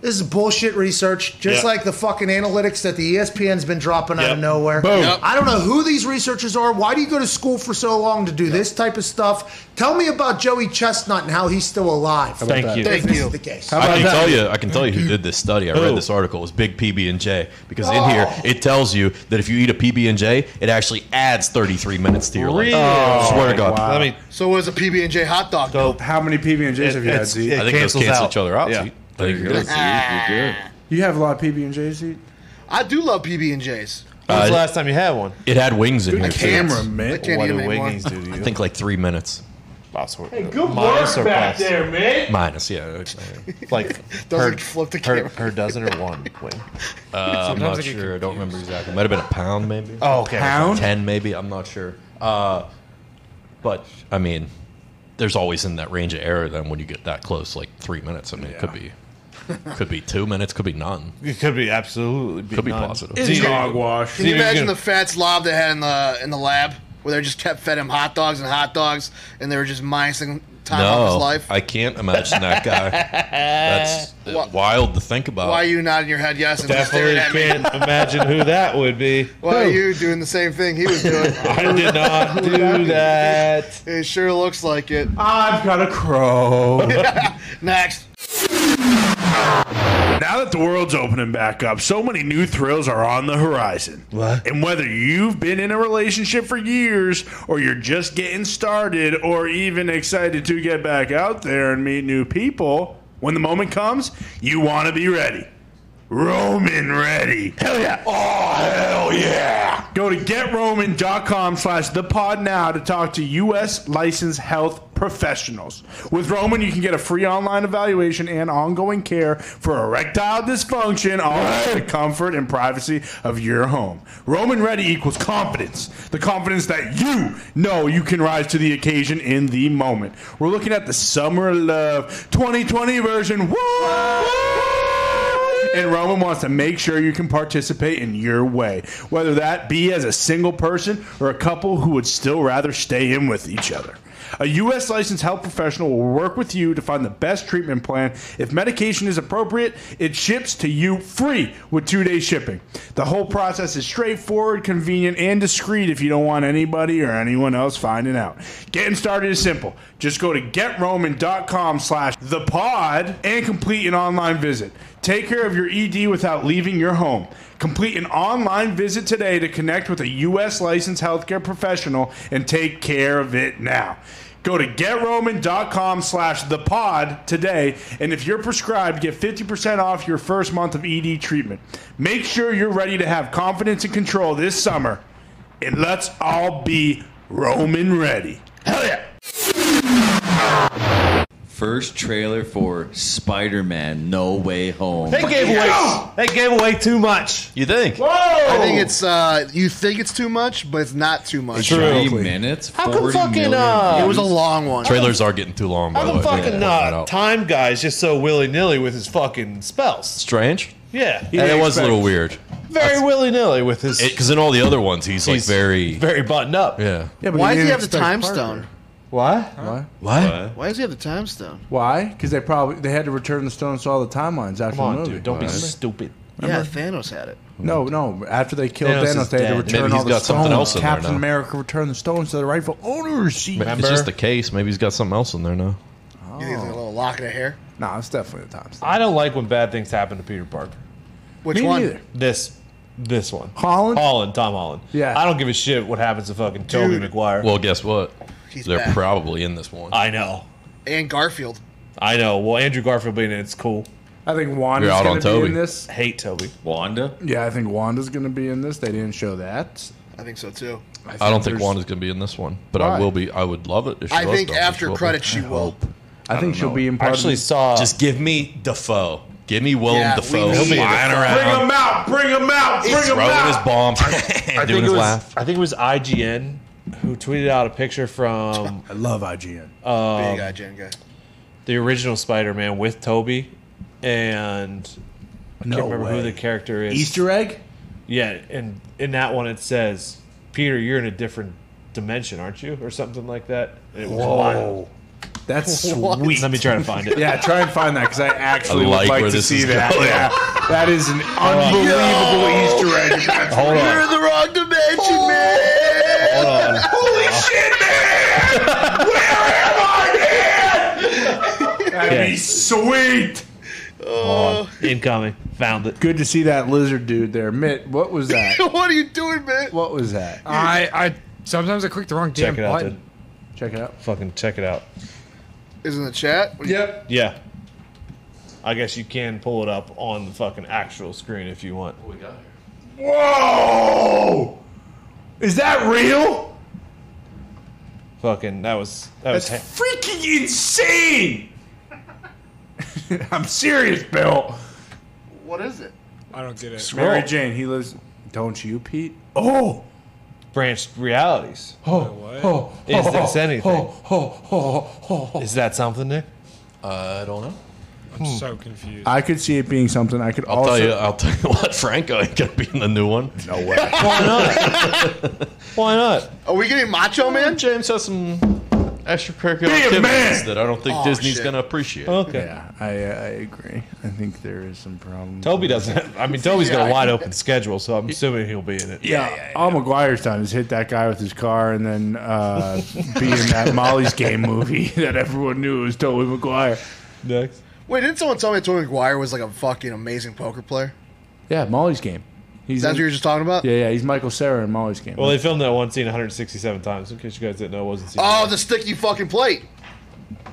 [SPEAKER 9] this is bullshit research, just
[SPEAKER 8] Yeah.
[SPEAKER 9] like the fucking analytics that the E ESPN's been dropping out
[SPEAKER 8] Yep.
[SPEAKER 9] of nowhere.
[SPEAKER 1] Boom.
[SPEAKER 7] Yep.
[SPEAKER 9] I don't know who these researchers are. Why do you go to school for so long to do this type of stuff? Tell me about Joey Chestnut and how he's still alive.
[SPEAKER 8] Thank you.
[SPEAKER 9] If
[SPEAKER 7] Thank
[SPEAKER 9] this is
[SPEAKER 7] you.
[SPEAKER 9] the case.
[SPEAKER 1] How
[SPEAKER 6] I
[SPEAKER 1] about
[SPEAKER 6] can
[SPEAKER 1] that?
[SPEAKER 6] tell you, I can tell you who did this study. I read
[SPEAKER 8] Who? Oh.
[SPEAKER 6] this article. It was Big PB and J because in here it tells you that if you eat a PB and J, it actually adds 33 minutes to your life.
[SPEAKER 8] Really? Oh,
[SPEAKER 6] Swear to God,
[SPEAKER 1] wow.
[SPEAKER 8] Let me.
[SPEAKER 7] So was a PB and J hot dog.
[SPEAKER 8] So,
[SPEAKER 1] How many PB and J's have you had,
[SPEAKER 8] it's-
[SPEAKER 1] Z?
[SPEAKER 8] it
[SPEAKER 6] I think those
[SPEAKER 8] cancels
[SPEAKER 6] cancel
[SPEAKER 8] out.
[SPEAKER 6] each other out.
[SPEAKER 8] Yeah.
[SPEAKER 6] Yeah.
[SPEAKER 2] There you go. Dude, you're good.
[SPEAKER 1] You have a lot of PB and J's. Z?
[SPEAKER 7] I do love PB and J's.
[SPEAKER 8] When was
[SPEAKER 6] Uh,
[SPEAKER 8] the last time you had one?
[SPEAKER 6] It had wings in here.
[SPEAKER 1] Good
[SPEAKER 6] too.
[SPEAKER 1] camera,
[SPEAKER 7] I
[SPEAKER 1] man.
[SPEAKER 7] can't
[SPEAKER 8] what
[SPEAKER 7] eat
[SPEAKER 8] do
[SPEAKER 7] them anymore.
[SPEAKER 8] wingies do to you?
[SPEAKER 6] I think like three minutes
[SPEAKER 8] Hey,
[SPEAKER 10] Good work back there, mate.
[SPEAKER 6] minus. Yeah,
[SPEAKER 8] Like
[SPEAKER 7] Doesn't flip the
[SPEAKER 8] her,
[SPEAKER 7] camera.
[SPEAKER 8] her dozen or one wing.
[SPEAKER 6] uh, I'm not sure. I don't remember exactly. Might have been a pound, maybe.
[SPEAKER 8] Oh, okay.
[SPEAKER 1] Pound?
[SPEAKER 6] ten, maybe. I'm not sure. Uh, but I mean, there's always in that range of error. Then when you get that close, like three minutes. I mean, it could be, could be two minutes. Could be none.
[SPEAKER 8] It could be absolutely.
[SPEAKER 6] Could be
[SPEAKER 8] none.
[SPEAKER 6] positive.
[SPEAKER 8] It's either-
[SPEAKER 1] Hogwash.
[SPEAKER 7] Can you
[SPEAKER 8] See, you
[SPEAKER 7] imagine
[SPEAKER 8] can-
[SPEAKER 7] the fats lob they had in the in the lab where they just kept feeding him hot dogs and hot dogs and they were just minusing time off his
[SPEAKER 6] No,
[SPEAKER 7] life?
[SPEAKER 6] I can't imagine that guy. That's uh,
[SPEAKER 7] Wha-
[SPEAKER 6] wild to think about.
[SPEAKER 7] Why are you nodding your head yes and just
[SPEAKER 8] Definitely
[SPEAKER 7] staring at me?
[SPEAKER 8] can't imagine who that would be.
[SPEAKER 7] Why are you doing the same thing he was doing?
[SPEAKER 8] I did not do that.
[SPEAKER 7] it sure looks like it.
[SPEAKER 1] I've got a crow.
[SPEAKER 7] Next.
[SPEAKER 5] Now that the world's opening back up, so many new thrills are on the horizon. What? And whether you've been in a relationship for years, or you're just getting started, or even excited to get back out there and meet new people, when the moment comes, you want to be ready. Roman ready. Hell yeah. Oh, hell yeah. Go to getroman.com slash the pod now to talk to U.S. licensed health professionals. With Roman, you can get a free online evaluation and ongoing care for erectile dysfunction, all in the comfort and privacy of your home. Roman ready equals confidence. The confidence that you know you can rise to the occasion in the moment. We're looking at the Summer of Love 2020 version. Woo!
[SPEAKER 11] and Roman wants to make sure you can participate in your way, whether that be as a single person or a couple who would still rather stay in with each other. A U.S. licensed health professional will work with you to find the best treatment plan. If medication is appropriate, it ships to you free with two day shipping. The whole process is straightforward, convenient, and discreet if you don't want anybody or anyone else finding out. Getting started is simple. Just go to getroman.com slash the pod and complete an online visit. Take care of your ED without leaving your home. Complete an online visit today to connect with a U.S. licensed healthcare professional and take care of it now. Go to getroman.com slash the pod today, and if you're prescribed, get 50% off your first month of ED treatment. Make sure you're ready to have confidence and control this summer, and let's all be Roman ready. Hell yeah!
[SPEAKER 2] First trailer for Spider Man No Way Home.
[SPEAKER 6] They gave away. They gave away too much. You think?
[SPEAKER 7] I think it's uh, you think it's too much, but it's not too much.
[SPEAKER 2] Three minutes.
[SPEAKER 7] How come
[SPEAKER 2] 40
[SPEAKER 7] fucking,
[SPEAKER 2] million
[SPEAKER 7] uh,
[SPEAKER 2] views?
[SPEAKER 7] It was a long one.
[SPEAKER 6] Trailers are getting too long. By
[SPEAKER 7] How
[SPEAKER 6] the
[SPEAKER 7] the
[SPEAKER 6] way.
[SPEAKER 7] fuck
[SPEAKER 6] They
[SPEAKER 7] is
[SPEAKER 6] point
[SPEAKER 7] not
[SPEAKER 6] that out.
[SPEAKER 8] Time guy's just so willy nilly with his fucking spells.
[SPEAKER 6] Strange.
[SPEAKER 8] Yeah.
[SPEAKER 6] And it was a little weird
[SPEAKER 8] Very willy nilly with his.
[SPEAKER 6] because in all the other ones he's like very
[SPEAKER 8] very buttoned up.
[SPEAKER 6] yeah.
[SPEAKER 7] Why does he have the time stone?
[SPEAKER 5] Why? Why?
[SPEAKER 6] What?
[SPEAKER 7] Why does he have the time stone?
[SPEAKER 5] Why? Because they probably they had to return the stones to all the timelines after
[SPEAKER 6] on,
[SPEAKER 5] the movie.
[SPEAKER 6] dude, don't be
[SPEAKER 5] Right.
[SPEAKER 6] stupid.
[SPEAKER 7] Yeah, Thanos had it.
[SPEAKER 5] No, no. After they killed
[SPEAKER 6] Thanos
[SPEAKER 5] Thanos,
[SPEAKER 6] is
[SPEAKER 5] they had to
[SPEAKER 6] dead.
[SPEAKER 5] return
[SPEAKER 6] Maybe
[SPEAKER 5] all
[SPEAKER 6] he's
[SPEAKER 5] the
[SPEAKER 6] got something
[SPEAKER 5] stones.
[SPEAKER 6] else in there
[SPEAKER 5] Captain
[SPEAKER 6] now.
[SPEAKER 5] America returned the stones to the rightful owners.
[SPEAKER 6] If It's just the case. Maybe he's got something else in there now.
[SPEAKER 7] You think it's like a little locket of hair?
[SPEAKER 5] Nah, it's definitely the time. stone.
[SPEAKER 8] I don't like when bad things happen to Peter Parker.
[SPEAKER 7] Which
[SPEAKER 5] Me
[SPEAKER 7] one?
[SPEAKER 5] neither.
[SPEAKER 8] This. This one.
[SPEAKER 5] Holland.
[SPEAKER 8] Holland, Tom Holland.
[SPEAKER 5] Yeah.
[SPEAKER 8] I don't give a shit what happens to fucking Toby
[SPEAKER 7] Dude.
[SPEAKER 8] McGuire.
[SPEAKER 6] Well, guess what?
[SPEAKER 7] He's
[SPEAKER 6] They're
[SPEAKER 7] back.
[SPEAKER 6] probably in this one.
[SPEAKER 8] I know.
[SPEAKER 7] And Garfield.
[SPEAKER 8] I know. Well, Andrew Garfield being in it's cool.
[SPEAKER 5] I think Wanda's
[SPEAKER 6] You're out
[SPEAKER 5] going
[SPEAKER 6] on
[SPEAKER 5] to be
[SPEAKER 6] Toby.
[SPEAKER 5] in this.
[SPEAKER 8] Hate Toby.
[SPEAKER 2] Wanda?
[SPEAKER 5] Yeah, I think Wanda's going to be in this. They didn't show that.
[SPEAKER 7] I think so too.
[SPEAKER 6] I don't think
[SPEAKER 5] there's-
[SPEAKER 6] Wanda's going to be in this one, but
[SPEAKER 5] Why?
[SPEAKER 6] I will be. I would love it. If she
[SPEAKER 7] I
[SPEAKER 6] was,
[SPEAKER 7] think
[SPEAKER 6] though, if
[SPEAKER 7] after
[SPEAKER 6] will be.
[SPEAKER 7] credits she will.
[SPEAKER 5] I, think she'll be in
[SPEAKER 8] I
[SPEAKER 5] part
[SPEAKER 8] actually
[SPEAKER 5] of
[SPEAKER 8] saw.
[SPEAKER 6] Just give me Defoe. Give me Willem
[SPEAKER 7] Yeah, we
[SPEAKER 6] Dafoe
[SPEAKER 7] need
[SPEAKER 6] flying around,
[SPEAKER 11] out! Bring him out! Bring
[SPEAKER 6] throwing his bombs,
[SPEAKER 8] I
[SPEAKER 6] doing
[SPEAKER 8] think, it
[SPEAKER 6] his
[SPEAKER 8] was,
[SPEAKER 6] laugh.
[SPEAKER 8] I think it was IGN who tweeted out a picture from um,
[SPEAKER 5] I love IGN.
[SPEAKER 7] Big guy, Jen guy.
[SPEAKER 8] the original Spider-Man with Toby, and I
[SPEAKER 5] No
[SPEAKER 8] can't remember
[SPEAKER 5] way.
[SPEAKER 8] who the character is.
[SPEAKER 5] Easter egg?
[SPEAKER 8] Yeah, and in that one it says, "Peter, you're in a different dimension, aren't you?" or something like that. It was wild.
[SPEAKER 5] That's
[SPEAKER 7] What?
[SPEAKER 5] sweet.
[SPEAKER 8] Let me try to find it.
[SPEAKER 5] Yeah, try and find that because I actually
[SPEAKER 6] I like
[SPEAKER 5] would like
[SPEAKER 6] where
[SPEAKER 5] to
[SPEAKER 6] this
[SPEAKER 5] see
[SPEAKER 6] is
[SPEAKER 5] that.
[SPEAKER 6] going.
[SPEAKER 5] Yeah, that is an unbelievable Easter egg. if that's
[SPEAKER 6] Hold
[SPEAKER 5] real.
[SPEAKER 6] on.
[SPEAKER 7] You're in the wrong dimension, man.
[SPEAKER 5] Holy shit, man! Where am I, man? That'd be
[SPEAKER 8] Yeah.
[SPEAKER 5] sweet.
[SPEAKER 6] Oh.
[SPEAKER 8] Hold on. Uh, Incoming. Found it.
[SPEAKER 5] Good to see that lizard dude there, Mitt. What was that?
[SPEAKER 7] what are you doing, man?
[SPEAKER 5] What was that?
[SPEAKER 1] I, I sometimes I click the wrong damn
[SPEAKER 8] Check it out, dude.
[SPEAKER 1] button.
[SPEAKER 5] Check it out.
[SPEAKER 8] Fucking check it out.
[SPEAKER 7] Is in the chat. What do you-
[SPEAKER 5] Yep.
[SPEAKER 8] Yeah. I guess you can pull it up on the fucking actual screen if you want.
[SPEAKER 5] Whoa! Is that real?
[SPEAKER 8] Fucking that was that
[SPEAKER 5] That's
[SPEAKER 8] was ha-
[SPEAKER 5] freaking insane. I'm serious, Bill.
[SPEAKER 7] What is it?
[SPEAKER 1] I don't get it.
[SPEAKER 5] Mary Jane, he lives. Don't you, Pete? Oh,
[SPEAKER 8] branched realities.
[SPEAKER 5] oh,
[SPEAKER 8] Is
[SPEAKER 5] oh,
[SPEAKER 8] this
[SPEAKER 5] oh,
[SPEAKER 8] anything?
[SPEAKER 5] Oh, oh, oh, oh, Hmm. oh.
[SPEAKER 8] Is that something, Nick?
[SPEAKER 6] Uh, I don't know.
[SPEAKER 1] I'm so confused.
[SPEAKER 5] I could see it being something. I could
[SPEAKER 6] I'll
[SPEAKER 5] also.
[SPEAKER 6] tell you. I'll tell you what. Franco ain't going to be in the new one.
[SPEAKER 5] No way.
[SPEAKER 8] Why not?
[SPEAKER 7] Are we getting Macho Man?
[SPEAKER 6] James has some extracurricular
[SPEAKER 5] a
[SPEAKER 6] activities
[SPEAKER 5] man!
[SPEAKER 6] that I don't think
[SPEAKER 7] Oh,
[SPEAKER 6] Disney's
[SPEAKER 7] shit.
[SPEAKER 6] going to appreciate.
[SPEAKER 8] Okay.
[SPEAKER 5] yeah, I, uh, I agree. I think there is some problems.
[SPEAKER 8] Toby doesn't. I mean, Toby's got a wide open schedule, so I'm assuming he'll be in it.
[SPEAKER 5] Yeah, all McGuire's done is hit that guy with his car and then uh, be in that Molly's Game movie that everyone knew was Toby McGuire.
[SPEAKER 8] Next.
[SPEAKER 7] Wait, didn't someone tell me that Tony McGuire was like a fucking amazing poker player?
[SPEAKER 5] Yeah, Molly's Game. He's
[SPEAKER 7] Is that what
[SPEAKER 5] in-
[SPEAKER 7] you were just talking about?
[SPEAKER 5] yeah, yeah, he's Michael Sarah in Molly's Game.
[SPEAKER 8] Well, they filmed that one scene 167 times. In case you guys didn't know, it wasn't seen.
[SPEAKER 7] Oh, the sticky fucking plate.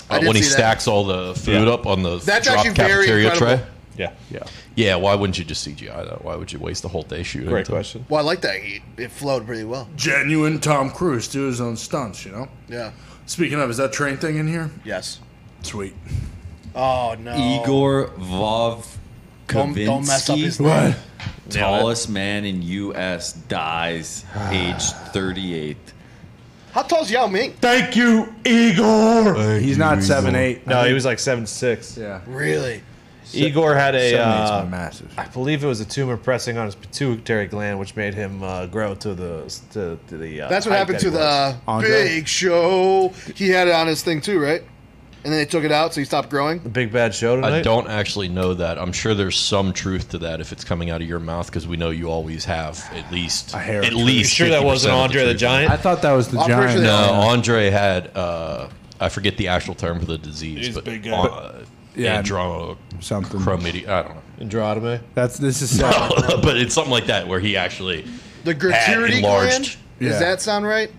[SPEAKER 7] I
[SPEAKER 6] Uh,
[SPEAKER 7] did
[SPEAKER 6] when he
[SPEAKER 7] see that.
[SPEAKER 6] stacks all the food
[SPEAKER 8] Yeah.
[SPEAKER 6] up on the
[SPEAKER 7] That's
[SPEAKER 6] drop
[SPEAKER 7] actually very
[SPEAKER 6] cafeteria tray.
[SPEAKER 7] incredible.
[SPEAKER 8] yeah.
[SPEAKER 5] yeah.
[SPEAKER 6] Yeah, why wouldn't you just CGI that? Why would you waste the whole day shooting?
[SPEAKER 8] Great
[SPEAKER 6] to-
[SPEAKER 8] question.
[SPEAKER 7] Well, I like that. He, it flowed pretty well.
[SPEAKER 5] Genuine Tom Cruise do his own stunts, you know?
[SPEAKER 7] Yeah.
[SPEAKER 5] Speaking of, is that train thing in here?
[SPEAKER 7] Yes.
[SPEAKER 5] Sweet.
[SPEAKER 7] Oh no.
[SPEAKER 2] Igor Vov.
[SPEAKER 7] Don't- don't mess up his name.
[SPEAKER 5] What?
[SPEAKER 2] tallest man in U.S. dies aged 38.
[SPEAKER 7] How tall's Yao Ming?
[SPEAKER 5] Thank you, Igor. He's not seven eight.
[SPEAKER 8] No, he was like seven six.
[SPEAKER 5] Yeah.
[SPEAKER 7] Really?
[SPEAKER 8] Igor had a.
[SPEAKER 11] Seven eighths
[SPEAKER 8] uh,
[SPEAKER 11] my massive.
[SPEAKER 8] I believe it was a tumor pressing on his pituitary gland, which made him uh, grow to the to, to the. Uh,
[SPEAKER 7] That's what
[SPEAKER 8] height
[SPEAKER 7] happened
[SPEAKER 8] that he
[SPEAKER 7] to the uh,
[SPEAKER 8] was.
[SPEAKER 7] Big Show. He had it on his thing too, right? And then they took it out, so he stopped growing.
[SPEAKER 8] The Big Bad Show
[SPEAKER 6] I don't actually know that. I'm sure there's some truth to that if it's coming out of your mouth because we know you always have at least a
[SPEAKER 8] hair
[SPEAKER 6] At
[SPEAKER 8] of truth.
[SPEAKER 6] least
[SPEAKER 8] You sure that wasn't
[SPEAKER 6] 50% of
[SPEAKER 8] Andre the
[SPEAKER 6] truth.
[SPEAKER 8] Giant? I thought that was the I'm pretty Giant. sure that
[SPEAKER 6] no,
[SPEAKER 8] was-
[SPEAKER 6] Andre had uh, I forget the actual term for the disease,
[SPEAKER 8] He's
[SPEAKER 6] but
[SPEAKER 8] big guy.
[SPEAKER 6] Uh,
[SPEAKER 8] Yeah.
[SPEAKER 6] Andro-
[SPEAKER 5] something
[SPEAKER 6] Chromidi- I don't know.
[SPEAKER 8] Androtomy.
[SPEAKER 5] That's this is
[SPEAKER 6] but it's something like that where he actually
[SPEAKER 7] The gratuity
[SPEAKER 6] had enlarged.
[SPEAKER 7] gland. Does that sound right?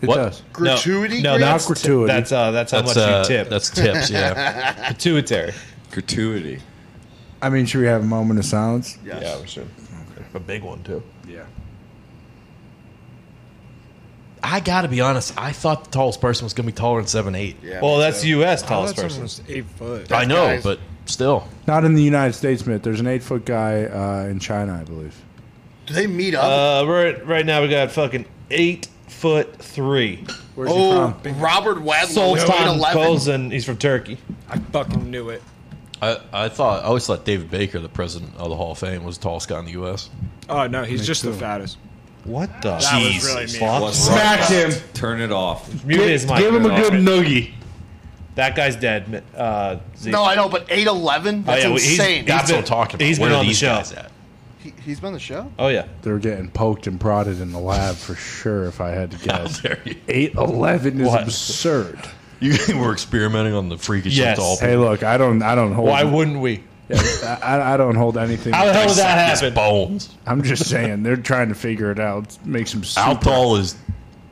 [SPEAKER 5] It
[SPEAKER 6] does.
[SPEAKER 7] Gratuity
[SPEAKER 8] No,
[SPEAKER 7] gland?
[SPEAKER 8] that's gratuity. That's uh, that's how
[SPEAKER 6] That's,
[SPEAKER 8] much
[SPEAKER 6] uh,
[SPEAKER 8] you tip.
[SPEAKER 6] that's tips,
[SPEAKER 7] yeah.
[SPEAKER 8] pituitary.
[SPEAKER 2] Gratuity.
[SPEAKER 5] I mean, should we have a moment of silence?
[SPEAKER 8] Yeah, we should. A big one too.
[SPEAKER 2] Yeah.
[SPEAKER 6] I gotta be honest. I thought the tallest person was gonna be taller than seven eight.
[SPEAKER 7] Yeah,
[SPEAKER 8] Well, Oh, that's U.S.
[SPEAKER 6] How
[SPEAKER 8] tallest
[SPEAKER 6] that's
[SPEAKER 8] person.
[SPEAKER 6] Oh, eight foot. I know,
[SPEAKER 8] Guys.
[SPEAKER 6] but still.
[SPEAKER 5] Not in the United States, Mitt. There's an eight foot guy uh, in China, I believe.
[SPEAKER 7] Do they meet
[SPEAKER 8] up? Uh, we're at, right now we got fucking eight foot three.
[SPEAKER 5] Where's
[SPEAKER 7] Oh, Robert Wadlow is
[SPEAKER 8] Sultan
[SPEAKER 7] 11.
[SPEAKER 8] Kozan. He's from Turkey.
[SPEAKER 6] I fucking knew it. I, I thought I always thought David Baker, the president of the Hall of Fame, was the tallest guy in the U.S.
[SPEAKER 12] Oh no, he's
[SPEAKER 6] Me
[SPEAKER 12] just the
[SPEAKER 6] too.
[SPEAKER 12] fattest.
[SPEAKER 8] What the?
[SPEAKER 12] That was really mean.
[SPEAKER 6] Smack
[SPEAKER 8] him.
[SPEAKER 2] Turn it off.
[SPEAKER 8] Mute his mic.
[SPEAKER 5] noogie.
[SPEAKER 8] That guy's dead. Uh, Z.
[SPEAKER 7] No, I know, but 8'11? That's
[SPEAKER 8] Oh, well, he's-
[SPEAKER 7] insane.
[SPEAKER 8] he's been- He's been on the show.
[SPEAKER 7] He, he's been on the show?
[SPEAKER 8] Oh yeah,
[SPEAKER 5] they're getting poked and prodded in the lab for sure. If I had to guess,
[SPEAKER 6] dare you.
[SPEAKER 5] eight eleven is
[SPEAKER 6] What?
[SPEAKER 5] absurd.
[SPEAKER 6] You were experimenting on the freakish
[SPEAKER 5] Yes.
[SPEAKER 6] tall people.
[SPEAKER 5] Hey, look, I don't, I don't hold.
[SPEAKER 6] Why wouldn't
[SPEAKER 8] we?
[SPEAKER 5] Yeah, I, I don't hold anything.
[SPEAKER 6] How the hell would that Dissect his happen? Bones.
[SPEAKER 5] I'm just saying they're trying to figure it out. Make some.
[SPEAKER 6] How
[SPEAKER 5] super-
[SPEAKER 6] tall is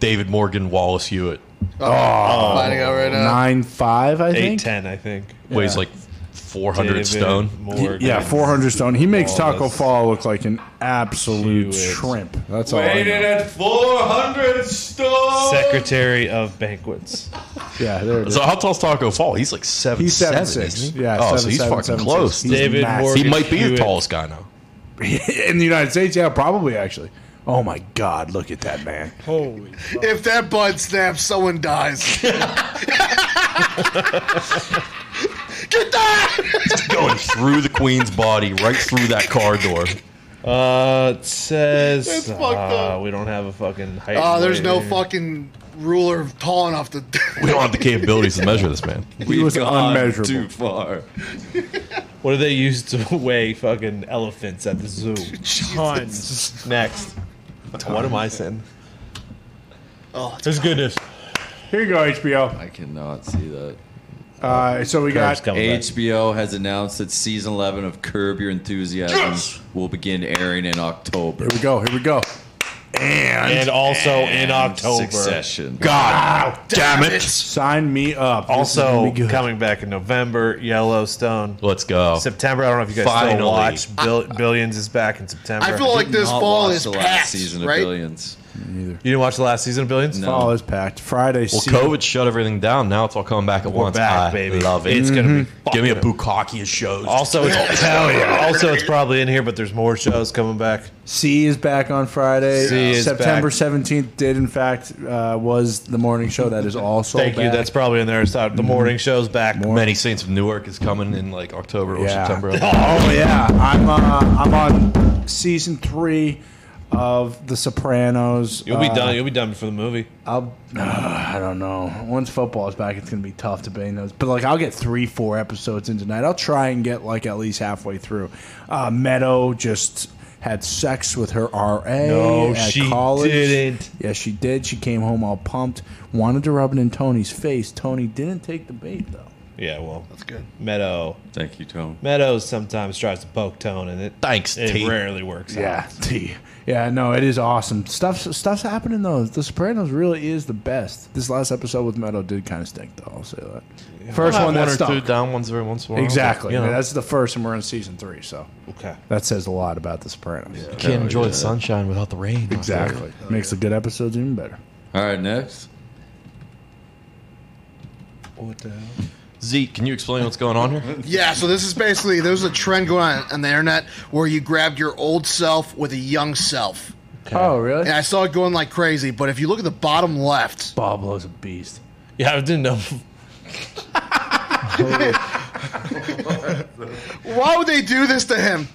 [SPEAKER 6] David Morgan Wallace Hewitt?
[SPEAKER 5] Oh, nine five. I think
[SPEAKER 8] I think.
[SPEAKER 6] Weighs
[SPEAKER 5] Yeah.
[SPEAKER 6] like 400
[SPEAKER 8] David
[SPEAKER 6] stone.
[SPEAKER 8] Morgan.
[SPEAKER 5] Yeah, four hundred stone. He makes
[SPEAKER 6] Oh,
[SPEAKER 5] Taco
[SPEAKER 6] Wallace.
[SPEAKER 5] Fall look like an absolute shrimp. That's all. I know.
[SPEAKER 6] at 400 stone.
[SPEAKER 8] Secretary of Banquets.
[SPEAKER 5] Yeah, there it is.
[SPEAKER 6] So how tall's Taco Fall? He's like seven.
[SPEAKER 5] He's seven
[SPEAKER 6] seven,
[SPEAKER 5] six.
[SPEAKER 6] isn't he?
[SPEAKER 5] Yeah,
[SPEAKER 6] Oh, so
[SPEAKER 5] seven,
[SPEAKER 6] he's
[SPEAKER 5] seven,
[SPEAKER 6] fucking
[SPEAKER 5] seven,
[SPEAKER 6] close.
[SPEAKER 5] six. He's David massive.
[SPEAKER 6] He
[SPEAKER 5] Morgan
[SPEAKER 6] might be the
[SPEAKER 5] Hewitt.
[SPEAKER 6] tallest guy now.
[SPEAKER 5] in the United States, yeah, probably actually. Oh my God, look at that man.
[SPEAKER 7] Holy. If that bud snaps, someone dies. Uh, Get that!
[SPEAKER 6] It's going through the queen's body, right through that car door.
[SPEAKER 8] Uh, it says
[SPEAKER 7] That's fucked
[SPEAKER 8] uh,
[SPEAKER 7] up.
[SPEAKER 8] we don't have a fucking height.
[SPEAKER 7] Oh, there's
[SPEAKER 8] weight.
[SPEAKER 7] no fucking ruler tall enough to.
[SPEAKER 6] We don't have the capabilities to measure this man.
[SPEAKER 5] He was unmeasurable.
[SPEAKER 2] Too far.
[SPEAKER 8] What do they use to weigh fucking elephants at the zoo? Tons. Next. What am I saying?
[SPEAKER 7] Oh,
[SPEAKER 8] there's goodness.
[SPEAKER 5] Here you go, HBO.
[SPEAKER 2] I cannot see that.
[SPEAKER 5] Uh, so we got
[SPEAKER 2] HBO has announced that season 11 of Curb Your Enthusiasm will begin airing in October.
[SPEAKER 5] Here we go. Here we go. And
[SPEAKER 8] And also in October.
[SPEAKER 2] Succession.
[SPEAKER 5] God
[SPEAKER 8] damn it.
[SPEAKER 5] Sign me up. This is gonna
[SPEAKER 8] Also
[SPEAKER 5] be good.
[SPEAKER 8] coming back in November, Yellowstone.
[SPEAKER 6] Let's go.
[SPEAKER 8] September. I don't know if you guys
[SPEAKER 6] Finally.
[SPEAKER 8] still watch. Bill- Billions is back in September.
[SPEAKER 7] I feel like this
[SPEAKER 2] Not
[SPEAKER 7] fall
[SPEAKER 2] watched
[SPEAKER 7] is
[SPEAKER 2] the last
[SPEAKER 7] past,
[SPEAKER 2] season of
[SPEAKER 7] right?
[SPEAKER 2] Billions.
[SPEAKER 8] You didn't watch the last season of Billions?
[SPEAKER 5] Fall is packed. Friday.
[SPEAKER 6] Well,
[SPEAKER 5] see-
[SPEAKER 6] COVID shut everything down. Now it's all coming back at
[SPEAKER 8] We're
[SPEAKER 6] once.
[SPEAKER 8] back,
[SPEAKER 6] I
[SPEAKER 8] baby.
[SPEAKER 6] love it. Mm-hmm.
[SPEAKER 8] It's gonna be.
[SPEAKER 6] Give me a bukkake of shows.
[SPEAKER 8] Also, it's, Also, it's probably in here, but there's more shows coming back.
[SPEAKER 5] C is back on Friday.
[SPEAKER 8] C is
[SPEAKER 5] uh, September
[SPEAKER 8] back.
[SPEAKER 5] 17th did, in fact, uh, was the morning show that is also
[SPEAKER 8] Thank you.
[SPEAKER 5] back.
[SPEAKER 8] That's probably in there. It's out. The
[SPEAKER 5] Mm-hmm.
[SPEAKER 8] morning show's back.
[SPEAKER 6] Many Saints of Newark is coming in like October or
[SPEAKER 5] Yeah.
[SPEAKER 6] September.
[SPEAKER 5] Oh yeah, I'm uh, I'm on season three of The Sopranos.
[SPEAKER 8] You'll be
[SPEAKER 5] Uh,
[SPEAKER 8] done. You'll be done before the movie.
[SPEAKER 5] I'll. Uh, I don't know. Once football's back, it's gonna be tough to bang those. But like, I'll get three, four episodes in tonight. I'll try and get like at least halfway through. Uh, Meadow just had sex with her RA.
[SPEAKER 8] No,
[SPEAKER 5] at
[SPEAKER 8] she
[SPEAKER 5] college.
[SPEAKER 8] didn't.
[SPEAKER 5] Yes, she did. She came home all pumped. Wanted to rub it in Tony's face. Tony didn't take the bait though.
[SPEAKER 8] Yeah, well, that's
[SPEAKER 7] good.
[SPEAKER 8] Meadow.
[SPEAKER 2] Thank you, Tone.
[SPEAKER 8] Meadows sometimes tries to poke Tone, and it
[SPEAKER 6] thanks.
[SPEAKER 8] It
[SPEAKER 6] T.
[SPEAKER 8] rarely works.
[SPEAKER 5] Yeah, T. Yeah, no, it is awesome. Stuff's stuff's happening though. The Sopranos really is the best. This last episode with Meadow did kind of stink though. I'll say that. First
[SPEAKER 6] Well,
[SPEAKER 5] one that
[SPEAKER 6] or
[SPEAKER 5] stuck.
[SPEAKER 6] two down ones every once in a while. but,
[SPEAKER 5] exactly.
[SPEAKER 6] you know.
[SPEAKER 5] That's the first, and we're in season three, so
[SPEAKER 8] Okay.
[SPEAKER 5] that says a lot about the Sopranos.
[SPEAKER 6] You can't enjoy the sunshine without the rain. my
[SPEAKER 5] Exactly.
[SPEAKER 6] friend.
[SPEAKER 5] Makes the good episodes even better.
[SPEAKER 2] All right, next.
[SPEAKER 8] What the hell?
[SPEAKER 6] Zeke, can you explain what's going on here?
[SPEAKER 7] Yeah, so this is basically there's a trend going on on the internet where you grabbed your old self with a young self.
[SPEAKER 5] Oh, really?
[SPEAKER 7] And I saw it going like crazy, but if you look at the bottom left,
[SPEAKER 5] Pablo's a beast.
[SPEAKER 8] Yeah, I didn't know.
[SPEAKER 7] Why would they do this to him?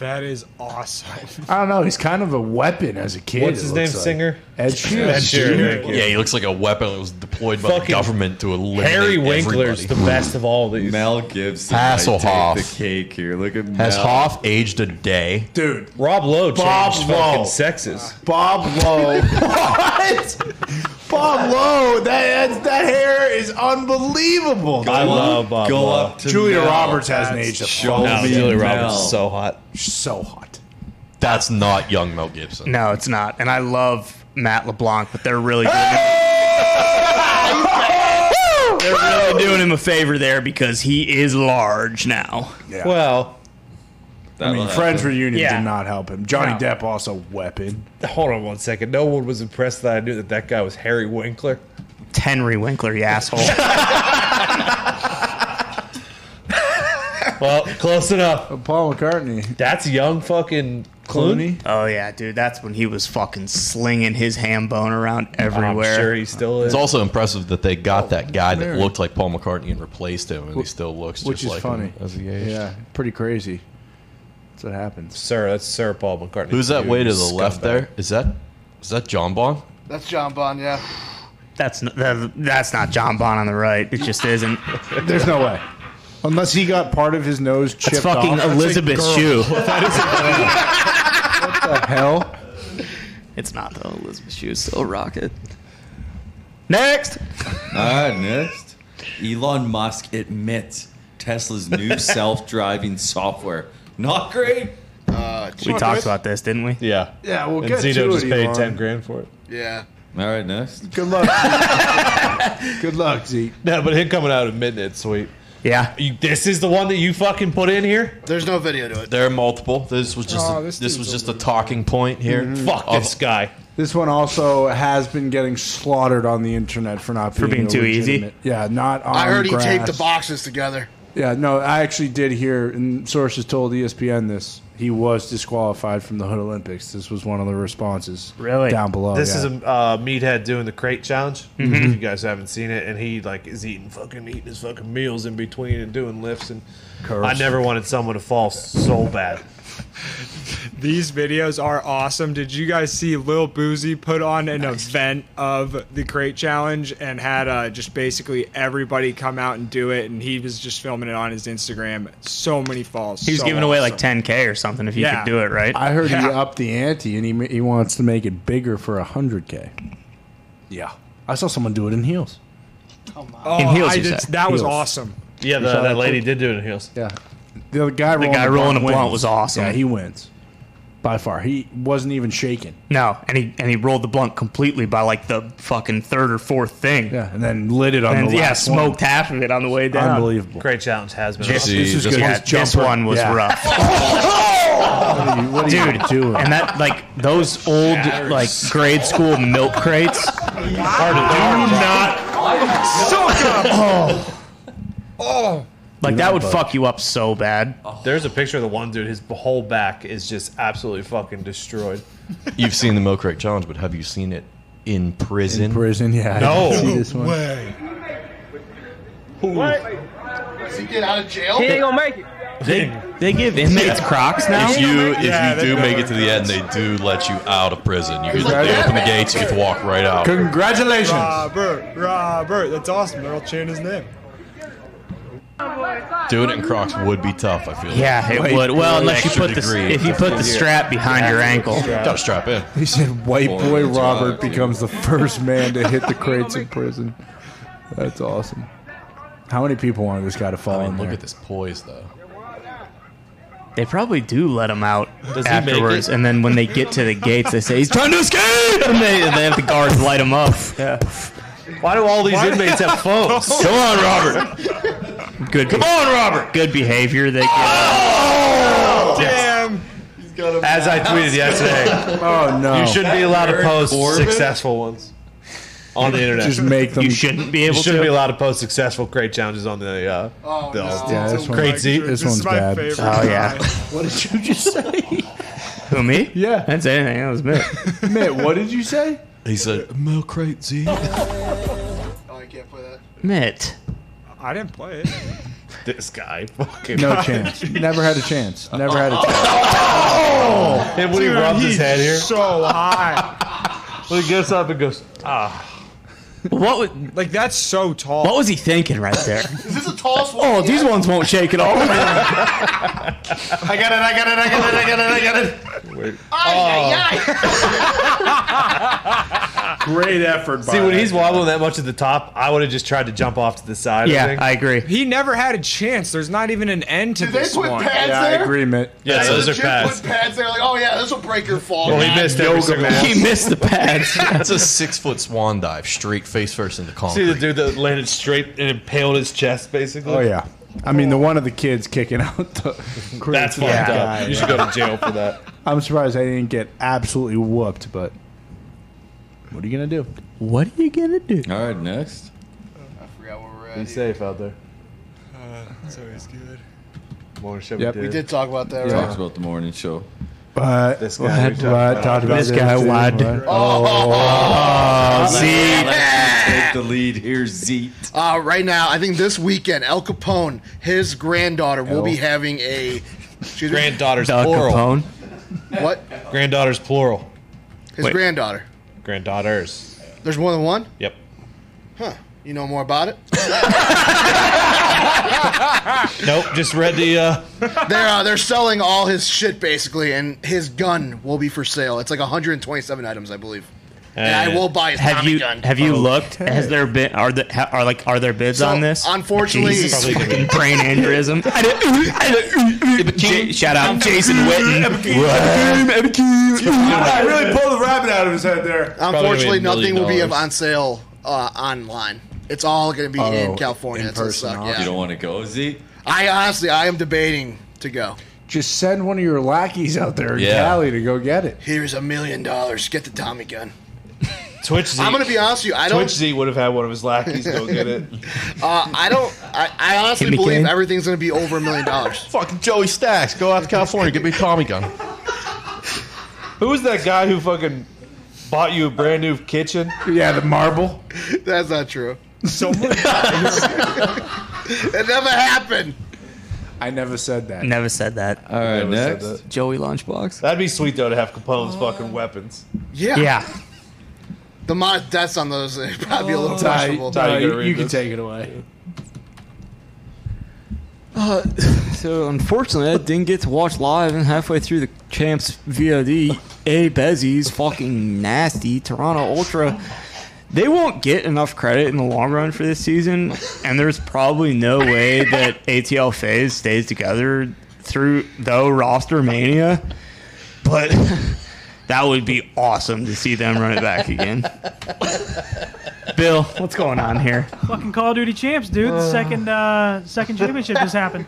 [SPEAKER 12] That is awesome.
[SPEAKER 5] I don't know. He's kind of a weapon as a kid.
[SPEAKER 12] What's
[SPEAKER 5] it
[SPEAKER 12] his
[SPEAKER 5] looks
[SPEAKER 12] name,
[SPEAKER 5] like.
[SPEAKER 12] singer?
[SPEAKER 5] Ed Sheeran.
[SPEAKER 6] Ed
[SPEAKER 12] Sheeran.
[SPEAKER 6] Yeah, he looks like a weapon that was deployed by the
[SPEAKER 12] Fucking
[SPEAKER 6] government to eliminate
[SPEAKER 12] Harry Winkler's
[SPEAKER 6] everybody.
[SPEAKER 12] the best of all these.
[SPEAKER 2] Mel Gibson.
[SPEAKER 6] Hasselhoff.
[SPEAKER 2] I take the cake here. Look at
[SPEAKER 6] Has
[SPEAKER 2] Mel.
[SPEAKER 6] Hoff aged a day?
[SPEAKER 5] Dude.
[SPEAKER 12] Rob Lowe changed
[SPEAKER 6] Bob
[SPEAKER 12] fucking
[SPEAKER 6] Lowe.
[SPEAKER 12] sexes.
[SPEAKER 5] Bob Lowe.
[SPEAKER 11] what? Bob Lowe. That that's- that hair is unbelievable.
[SPEAKER 12] I
[SPEAKER 11] dude.
[SPEAKER 12] love
[SPEAKER 5] uh,
[SPEAKER 12] Bob
[SPEAKER 11] Go
[SPEAKER 12] Lowe.
[SPEAKER 11] up to Julia Mel. Roberts hasn't
[SPEAKER 5] That's
[SPEAKER 11] aged a
[SPEAKER 6] show
[SPEAKER 12] No,
[SPEAKER 6] me
[SPEAKER 12] Julia
[SPEAKER 6] Mel.
[SPEAKER 12] Roberts is so hot.
[SPEAKER 5] So hot.
[SPEAKER 6] That's not young Mel Gibson.
[SPEAKER 3] No, it's not. And I love Matt LeBlanc, but they're really doing him, they're really doing him a favor there because he is large now.
[SPEAKER 5] Yeah.
[SPEAKER 12] Well,
[SPEAKER 5] I mean, Friends reunion
[SPEAKER 12] Yeah.
[SPEAKER 5] did not help him. Johnny
[SPEAKER 12] No.
[SPEAKER 5] Depp also weapon.
[SPEAKER 12] hold on one second. No one was impressed that I knew that that guy was Harry Winkler.
[SPEAKER 3] It's Henry Winkler, you asshole.
[SPEAKER 12] Well, close enough.
[SPEAKER 5] Oh, Paul McCartney.
[SPEAKER 12] That's young fucking Clooney.
[SPEAKER 3] oh yeah, dude, that's when he was fucking slinging his ham bone around everywhere.
[SPEAKER 12] I'm sure he still is.
[SPEAKER 6] It's also impressive that they got that guy that
[SPEAKER 5] there.
[SPEAKER 6] looked like Paul McCartney and replaced him, and he still looks
[SPEAKER 5] Which
[SPEAKER 6] just
[SPEAKER 5] is
[SPEAKER 6] like
[SPEAKER 5] funny.
[SPEAKER 6] him as he aged.
[SPEAKER 5] Yeah, pretty crazy. That's what happens.
[SPEAKER 12] Sir, that's Sir Paul McCartney.
[SPEAKER 6] Who's that
[SPEAKER 12] You
[SPEAKER 6] way to the
[SPEAKER 12] scumbag.
[SPEAKER 6] left there? Is that is that John Bon?
[SPEAKER 7] That's John Bond, yeah.
[SPEAKER 3] That's n- that, that's not John Bon on the right. It just isn't.
[SPEAKER 5] There's no way. Unless he got part of his nose
[SPEAKER 3] That's
[SPEAKER 5] chipped
[SPEAKER 3] fucking
[SPEAKER 5] off.
[SPEAKER 3] Elizabeth
[SPEAKER 5] That's a
[SPEAKER 3] Shue.
[SPEAKER 5] girl. What the hell?
[SPEAKER 3] It's not though. Elizabeth Shue is still rocket. Next.
[SPEAKER 2] All right, next. Elon Musk admits Tesla's new self-driving software. Not great.
[SPEAKER 7] Uh,
[SPEAKER 3] We talked about this, didn't we?
[SPEAKER 12] Yeah.
[SPEAKER 5] Yeah, we'll
[SPEAKER 12] And
[SPEAKER 5] get
[SPEAKER 12] Zito
[SPEAKER 5] to it,
[SPEAKER 12] just paid
[SPEAKER 5] Elon.
[SPEAKER 12] 10 grand for it.
[SPEAKER 7] Yeah.
[SPEAKER 2] All right, next.
[SPEAKER 5] Good luck. Zeke. Good luck, Zeke.
[SPEAKER 12] No, but him coming out at midnight, sweet.
[SPEAKER 3] Yeah.
[SPEAKER 12] You, this is the one that you fucking put in here?
[SPEAKER 7] There's no video to it.
[SPEAKER 6] There are multiple. This was just
[SPEAKER 5] Oh,
[SPEAKER 6] a,
[SPEAKER 5] this
[SPEAKER 6] this,
[SPEAKER 5] dude's
[SPEAKER 6] was just a talking point here.
[SPEAKER 5] Mm-hmm.
[SPEAKER 12] Fuck
[SPEAKER 6] Of-
[SPEAKER 12] this guy.
[SPEAKER 5] This one also has been getting slaughtered on the internet for not being,
[SPEAKER 3] being
[SPEAKER 5] a
[SPEAKER 3] too easy?
[SPEAKER 5] legitimate- Yeah, not on.
[SPEAKER 7] I heard he taped the
[SPEAKER 5] grass.
[SPEAKER 7] boxes together.
[SPEAKER 5] Yeah, no, I actually did hear, and sources told E ESPN this. He was disqualified from the Hood Olympics. This was one of the responses.
[SPEAKER 3] Really?
[SPEAKER 5] Down below.
[SPEAKER 8] This
[SPEAKER 5] yeah.
[SPEAKER 8] is a uh, meathead doing the crate challenge.
[SPEAKER 3] Mm-hmm.
[SPEAKER 8] If you guys haven't seen it, and he like is eating fucking eating his fucking meals in between and doing lifts. And I never wanted someone to fall so bad.
[SPEAKER 12] These
[SPEAKER 13] videos are awesome. Did you guys see Lil Boozy put on an event of the Crate Challenge and had uh, just basically everybody come out and do it? And he was just filming it on his Instagram. So many falls.
[SPEAKER 3] He was
[SPEAKER 13] so
[SPEAKER 3] giving away
[SPEAKER 13] awesome.
[SPEAKER 3] like 10k or something if you
[SPEAKER 13] Yeah.
[SPEAKER 3] could do it, right?
[SPEAKER 5] I heard he
[SPEAKER 13] Yeah.
[SPEAKER 5] upped the ante, and he ma- he wants to make it bigger for hundred k. Yeah, I saw someone do it in heels.
[SPEAKER 13] oh,
[SPEAKER 3] in heels,
[SPEAKER 13] I
[SPEAKER 3] you
[SPEAKER 13] did,
[SPEAKER 3] said.
[SPEAKER 13] that was
[SPEAKER 5] Heels.
[SPEAKER 13] awesome.
[SPEAKER 8] Yeah, the,
[SPEAKER 5] saw that
[SPEAKER 8] that lady did do it in heels.
[SPEAKER 5] Yeah, the other guy
[SPEAKER 3] The
[SPEAKER 5] rolling
[SPEAKER 3] guy rolling a
[SPEAKER 5] wins.
[SPEAKER 3] blunt was awesome.
[SPEAKER 5] Yeah, he wins by far. He wasn't even shaking.
[SPEAKER 3] No, and he and he rolled the blunt completely by like the fucking third or fourth thing.
[SPEAKER 5] Yeah, and then lit it on
[SPEAKER 3] And
[SPEAKER 5] the
[SPEAKER 3] yeah,
[SPEAKER 5] last one.
[SPEAKER 3] smoked half of it on the way down.
[SPEAKER 5] Unbelievable.
[SPEAKER 8] Crate challenge has been.
[SPEAKER 3] This,
[SPEAKER 8] awesome.
[SPEAKER 6] See,
[SPEAKER 5] is
[SPEAKER 6] this
[SPEAKER 5] good.
[SPEAKER 3] yeah,
[SPEAKER 5] His
[SPEAKER 3] this
[SPEAKER 5] jumper.
[SPEAKER 3] one was
[SPEAKER 5] Yeah.
[SPEAKER 3] rough.
[SPEAKER 5] What are you, what are
[SPEAKER 3] Dude,
[SPEAKER 5] you doing?
[SPEAKER 3] and that like those old like grade school milk crates. do not
[SPEAKER 5] Oh.
[SPEAKER 1] Oh.
[SPEAKER 3] Like that would fuck you up so bad.
[SPEAKER 8] There's a picture of the one dude. His whole back is just absolutely fucking destroyed.
[SPEAKER 6] You've seen the Milk Crate Challenge, but have you seen it in prison?
[SPEAKER 5] in prison. Yeah, I
[SPEAKER 8] No.
[SPEAKER 5] didn't see this one.
[SPEAKER 7] Is he get out of jail?
[SPEAKER 3] They they give inmates Crocs now.
[SPEAKER 6] If you if you do
[SPEAKER 8] that-
[SPEAKER 6] make it to the end, they do let you out of prison. You get, they
[SPEAKER 5] Congrats.
[SPEAKER 6] open the gates, you get to walk right out.
[SPEAKER 5] Congratulations.
[SPEAKER 13] Robert, Robert, that's awesome. They're all cheering his name.
[SPEAKER 6] Doing it in Crocs would be tough. I feel.
[SPEAKER 3] Yeah, it would. Well, unless you
[SPEAKER 6] Extra
[SPEAKER 3] put the
[SPEAKER 6] degree.
[SPEAKER 3] if you put the strap behind your ankle.
[SPEAKER 6] Like. Gotta strap in.
[SPEAKER 5] He said, "White
[SPEAKER 2] Boy,
[SPEAKER 5] boy
[SPEAKER 2] it's
[SPEAKER 5] Robert
[SPEAKER 2] hot, dude.
[SPEAKER 5] becomes the first man to hit the crates in prison." That's awesome. How many people wanted this guy to fall
[SPEAKER 6] I
[SPEAKER 5] in
[SPEAKER 6] mean,
[SPEAKER 5] there?
[SPEAKER 6] look at this poise, though.
[SPEAKER 3] They probably do let him out
[SPEAKER 8] Does he make
[SPEAKER 3] afterwards,
[SPEAKER 8] it?
[SPEAKER 3] and then when they get to the gates, they say he's trying to escape, and they, they have the guards light him up.
[SPEAKER 8] Why do all these inmates have phones?
[SPEAKER 6] Come on, Robert.
[SPEAKER 3] Good. Come on, Robert. Good behavior. They get.
[SPEAKER 8] Damn. As I tweeted yesterday,
[SPEAKER 5] Oh no!
[SPEAKER 8] you shouldn't be allowed to post successful ones on the internet.
[SPEAKER 5] just make them.
[SPEAKER 3] You shouldn't be
[SPEAKER 8] You
[SPEAKER 3] able to.
[SPEAKER 8] shouldn't be allowed to post successful crate challenges on the. Uh,
[SPEAKER 7] Oh,
[SPEAKER 8] the
[SPEAKER 7] no.
[SPEAKER 5] yeah, this,
[SPEAKER 8] Great
[SPEAKER 5] one's,
[SPEAKER 8] Z.
[SPEAKER 5] this
[SPEAKER 13] This
[SPEAKER 5] one's
[SPEAKER 13] is my
[SPEAKER 5] bad.
[SPEAKER 13] favorite.
[SPEAKER 3] oh yeah.
[SPEAKER 5] What did you just say?
[SPEAKER 3] Who me?
[SPEAKER 5] Yeah.
[SPEAKER 3] That's anything. That was me.
[SPEAKER 5] Mitt, what did you say?
[SPEAKER 6] He said, "Milk crate Z."
[SPEAKER 7] Oh, I can't play that.
[SPEAKER 3] Mitt.
[SPEAKER 13] I didn't play it.
[SPEAKER 8] This guy fucking
[SPEAKER 5] No chance. Never had a chance. Never had a chance.
[SPEAKER 8] Oh, and when he
[SPEAKER 5] Dude,
[SPEAKER 8] rubs his
[SPEAKER 5] he's
[SPEAKER 8] head here,
[SPEAKER 13] so high.
[SPEAKER 8] when he gets up and goes, ah.
[SPEAKER 3] What would
[SPEAKER 13] like that's so tall?
[SPEAKER 3] What was he thinking right there?
[SPEAKER 7] Is this the tallest one?
[SPEAKER 3] oh, these ones won't shake at all.
[SPEAKER 7] I got it, I got it, I got it, I got it, I got it.
[SPEAKER 11] Wait.
[SPEAKER 8] Great effort.
[SPEAKER 11] by
[SPEAKER 8] See, when
[SPEAKER 11] that
[SPEAKER 8] he's wobbling that much at the top, I would have just tried to jump off to the side. I think.
[SPEAKER 3] agree.
[SPEAKER 13] He never had a chance. There's not even an end to
[SPEAKER 7] Did they
[SPEAKER 13] this
[SPEAKER 7] put
[SPEAKER 13] one.
[SPEAKER 7] pads Yeah, I there? agree,
[SPEAKER 5] Mitt.
[SPEAKER 8] Yeah,
[SPEAKER 7] So
[SPEAKER 8] those
[SPEAKER 7] the
[SPEAKER 8] are
[SPEAKER 7] chick
[SPEAKER 8] pads.
[SPEAKER 7] Put pads there, like, oh yeah, this will break your fall.
[SPEAKER 8] Oh,
[SPEAKER 7] guy.
[SPEAKER 8] He missed
[SPEAKER 3] the pads.
[SPEAKER 6] That's a six foot swan dive, straight face first into
[SPEAKER 8] See
[SPEAKER 6] concrete.
[SPEAKER 8] the dude that landed straight and impaled his chest, basically.
[SPEAKER 5] Oh yeah. I mean, the one of the kids kicking out the.
[SPEAKER 8] That's fucked
[SPEAKER 5] Yeah.
[SPEAKER 8] up.
[SPEAKER 5] Guy,
[SPEAKER 8] you should
[SPEAKER 5] yeah.
[SPEAKER 8] go to jail for that.
[SPEAKER 5] I'm surprised I didn't get absolutely whooped, but what are you gonna do?
[SPEAKER 3] What are you gonna do?
[SPEAKER 2] All right, next.
[SPEAKER 8] Be safe out there. Uh,
[SPEAKER 7] That's always good.
[SPEAKER 8] Morning show.
[SPEAKER 5] Yep.
[SPEAKER 8] We
[SPEAKER 7] We
[SPEAKER 8] did.
[SPEAKER 7] did talk about that,
[SPEAKER 2] We
[SPEAKER 7] right?
[SPEAKER 2] talked about the morning show.
[SPEAKER 5] But
[SPEAKER 2] This
[SPEAKER 5] this guy,
[SPEAKER 2] guy we talked about.
[SPEAKER 5] talked about
[SPEAKER 2] This guy,
[SPEAKER 5] too,
[SPEAKER 2] Wad.
[SPEAKER 5] but-
[SPEAKER 6] Uh,
[SPEAKER 2] Oh,
[SPEAKER 7] see?
[SPEAKER 2] take the lead here, Z.
[SPEAKER 7] Uh, right now, I think this weekend, El Capone, his granddaughter, will be having a excuse me?
[SPEAKER 8] Granddaughter's plural.
[SPEAKER 7] What?
[SPEAKER 8] Granddaughter's plural.
[SPEAKER 7] His
[SPEAKER 8] Wait.
[SPEAKER 7] granddaughter.
[SPEAKER 8] Granddaughters.
[SPEAKER 7] There's more than one.
[SPEAKER 8] Yep.
[SPEAKER 7] Huh? You know more about it?
[SPEAKER 8] Nope. Just read the. Uh,
[SPEAKER 7] they're uh, they're selling all his shit basically, and his gun will be for sale. It's like 127 items, I believe. And I will buy his
[SPEAKER 3] Uh, have
[SPEAKER 7] Tommy
[SPEAKER 3] you,
[SPEAKER 7] gun.
[SPEAKER 3] Have you looked? Has there been are the ha- are like are there bids
[SPEAKER 7] So,
[SPEAKER 3] on this?
[SPEAKER 7] unfortunately-
[SPEAKER 3] Jesus
[SPEAKER 7] Probably
[SPEAKER 3] fucking brain aneurysm. J- shout out Jason Witten.
[SPEAKER 11] I really pulled the rabbit out of his head there.
[SPEAKER 7] Unfortunately, nothing will be on sale uh, online. It's all going to be in
[SPEAKER 2] Oh,
[SPEAKER 7] California.
[SPEAKER 2] in
[SPEAKER 7] It's gonna
[SPEAKER 2] person,
[SPEAKER 7] suck.
[SPEAKER 2] huh?
[SPEAKER 7] Yeah.
[SPEAKER 2] You don't want to go, Z?
[SPEAKER 7] I honestly, I am debating to go.
[SPEAKER 5] Just send one of your lackeys out there in
[SPEAKER 2] Yeah.
[SPEAKER 5] Cali to go get it.
[SPEAKER 7] Here's a million dollars. Get the Tommy gun.
[SPEAKER 8] Twitch Z.
[SPEAKER 7] I'm gonna be honest with you. I don't.
[SPEAKER 8] Twitch Z would have had one of his lackeys go get it.
[SPEAKER 7] Uh, I don't. I, I honestly
[SPEAKER 6] Hit me,
[SPEAKER 7] believe
[SPEAKER 6] Ken.
[SPEAKER 7] everything's gonna be over a million dollars.
[SPEAKER 6] Fucking Joey Stacks, go out to California, get me a Tommy gun.
[SPEAKER 8] Who was that guy who fucking bought you a brand new kitchen?
[SPEAKER 5] Yeah, the marble.
[SPEAKER 7] That's not true. So it never happened.
[SPEAKER 5] I never said that.
[SPEAKER 3] Never said that.
[SPEAKER 2] All right,
[SPEAKER 8] next.
[SPEAKER 3] Joey Lunchbox.
[SPEAKER 8] That'd be sweet though to have Capone's
[SPEAKER 14] Oh.
[SPEAKER 8] fucking weapons.
[SPEAKER 7] Yeah. The amount of deaths on those would probably be a little
[SPEAKER 5] Ty,
[SPEAKER 7] questionable.
[SPEAKER 5] Ty, you, you can take it away.
[SPEAKER 3] Uh, so unfortunately, I didn't get to watch live, and halfway through the champs VOD, A Bezzy's fucking nasty Toronto Ultra. They won't get enough credit in the long run for this season, and there's probably no way that ATL phase stays together through though roster mania. But that would be awesome to see them run it back again. Bill, what's going on here?
[SPEAKER 14] Fucking Call of Duty champs, dude. The second uh, second championship just happened.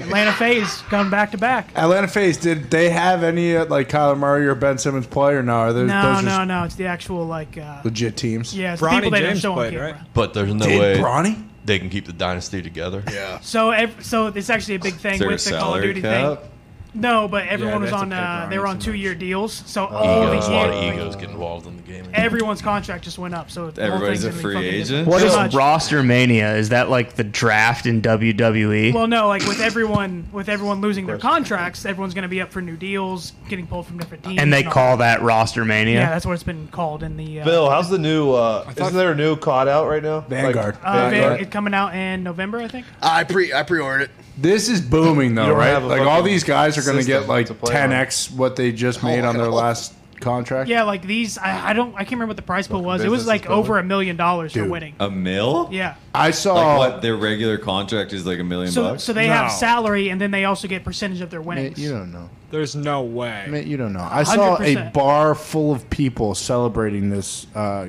[SPEAKER 14] Atlanta Phase come back to back.
[SPEAKER 5] Atlanta Face, did they have any uh, like Kyler Murray or Ben Simmons play or no? Are those,
[SPEAKER 14] No,
[SPEAKER 5] those
[SPEAKER 14] no,
[SPEAKER 5] are
[SPEAKER 14] no. It's the actual like. Uh,
[SPEAKER 5] legit teams?
[SPEAKER 14] yeah, it's the people that are showing camera.
[SPEAKER 6] But there's no
[SPEAKER 5] Did
[SPEAKER 6] way
[SPEAKER 5] Bronny?
[SPEAKER 6] they can keep the dynasty together. Yeah.
[SPEAKER 14] So, ev- so it's actually a big
[SPEAKER 6] Is
[SPEAKER 14] thing
[SPEAKER 6] there a
[SPEAKER 14] with the Call of
[SPEAKER 6] salary
[SPEAKER 14] Duty
[SPEAKER 6] cap?
[SPEAKER 14] thing. No, but everyone
[SPEAKER 6] Yeah,
[SPEAKER 14] was
[SPEAKER 6] that's a
[SPEAKER 14] on.
[SPEAKER 6] big
[SPEAKER 14] Uh, they were on two-year deals, so all
[SPEAKER 6] Egos, uh, a
[SPEAKER 14] the
[SPEAKER 6] lot
[SPEAKER 14] year,
[SPEAKER 6] of
[SPEAKER 14] like,
[SPEAKER 6] egos get involved in the game.
[SPEAKER 14] everyone's contract just went up. So the whole
[SPEAKER 2] Everybody's
[SPEAKER 14] thing's
[SPEAKER 2] a
[SPEAKER 14] gonna be
[SPEAKER 2] free
[SPEAKER 14] fucking different.
[SPEAKER 2] agent?
[SPEAKER 3] What
[SPEAKER 14] Pretty
[SPEAKER 3] is
[SPEAKER 14] much.
[SPEAKER 3] roster mania? Is that like the draft in E? WWE?
[SPEAKER 14] Well, no, like with everyone, with everyone losing their contracts, everyone's going to be up for new deals, getting pulled from different teams.
[SPEAKER 3] and they
[SPEAKER 14] all
[SPEAKER 3] call that roster mania.
[SPEAKER 14] Yeah, that's what it's been called in the. Uh,
[SPEAKER 8] Bill, how's the new? uh Isn't there a new COD out right now?
[SPEAKER 5] Vanguard.
[SPEAKER 14] Uh, Van- it coming out in November, I think.
[SPEAKER 7] I pre I pre-ordered it.
[SPEAKER 5] This is booming
[SPEAKER 7] You
[SPEAKER 5] though,
[SPEAKER 7] don't
[SPEAKER 5] right?
[SPEAKER 7] have a
[SPEAKER 5] Like all
[SPEAKER 7] fucking
[SPEAKER 5] these guys are going to
[SPEAKER 7] system
[SPEAKER 5] get like
[SPEAKER 7] to play on.
[SPEAKER 5] 10x what they just made on their last contract.
[SPEAKER 14] Yeah, like these. I, I don't. I can't remember what the price pool was. It was
[SPEAKER 5] business
[SPEAKER 14] like
[SPEAKER 5] is booming.
[SPEAKER 14] over a million dollars for winning.
[SPEAKER 2] A mil?
[SPEAKER 14] Yeah.
[SPEAKER 5] I
[SPEAKER 2] Like what? Their regular contract is like a million
[SPEAKER 14] So,
[SPEAKER 2] bucks?
[SPEAKER 14] so they have salary, and then they also get percentage of their winnings.
[SPEAKER 5] you don't know.
[SPEAKER 13] There's no way.
[SPEAKER 5] Man, you don't know. I saw a
[SPEAKER 14] 100%.
[SPEAKER 5] bar full of people celebrating this uh,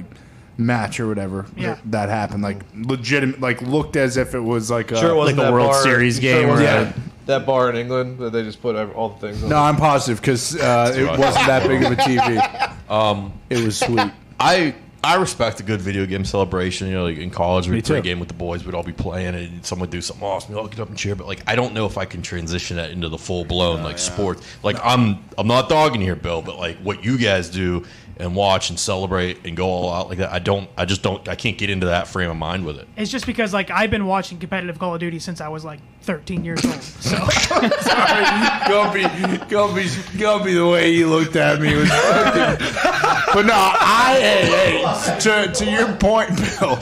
[SPEAKER 5] match or whatever
[SPEAKER 14] Yeah.
[SPEAKER 5] that, that happened. Like legitimate, like looked as if it was like a,
[SPEAKER 8] Sure, it wasn't
[SPEAKER 5] like
[SPEAKER 8] that
[SPEAKER 5] a World
[SPEAKER 8] bar-
[SPEAKER 5] Series
[SPEAKER 8] sure it
[SPEAKER 5] game.
[SPEAKER 8] wasn't
[SPEAKER 5] yeah.
[SPEAKER 8] that- That bar in England that they just put ev- all the things. on.
[SPEAKER 5] No, I'm positive because uh, it
[SPEAKER 6] right.
[SPEAKER 5] wasn't that big of a TV.
[SPEAKER 6] Um,
[SPEAKER 5] it was sweet.
[SPEAKER 6] I I respect a good video game celebration. You know, like in college,
[SPEAKER 5] Me
[SPEAKER 6] we'd play a
[SPEAKER 5] too.
[SPEAKER 6] game with the boys. We'd all be playing, and someone would do something awesome. We'd all get up and cheer. But like, I don't know if I can transition that into the full blown like sports. Like, I'm I'm not dogging here, Bill, but like what you guys do and watch and celebrate and go all out like that. I don't. I just don't. I can't get into that frame of mind with it.
[SPEAKER 14] It's just because like I've been watching competitive Call of Duty since I was like 13 years old. So
[SPEAKER 5] Gumpy, Gumpy's, Gumpy, the way he looked at me was fucking. But no, I, hey, hey, to, to your point, Bill,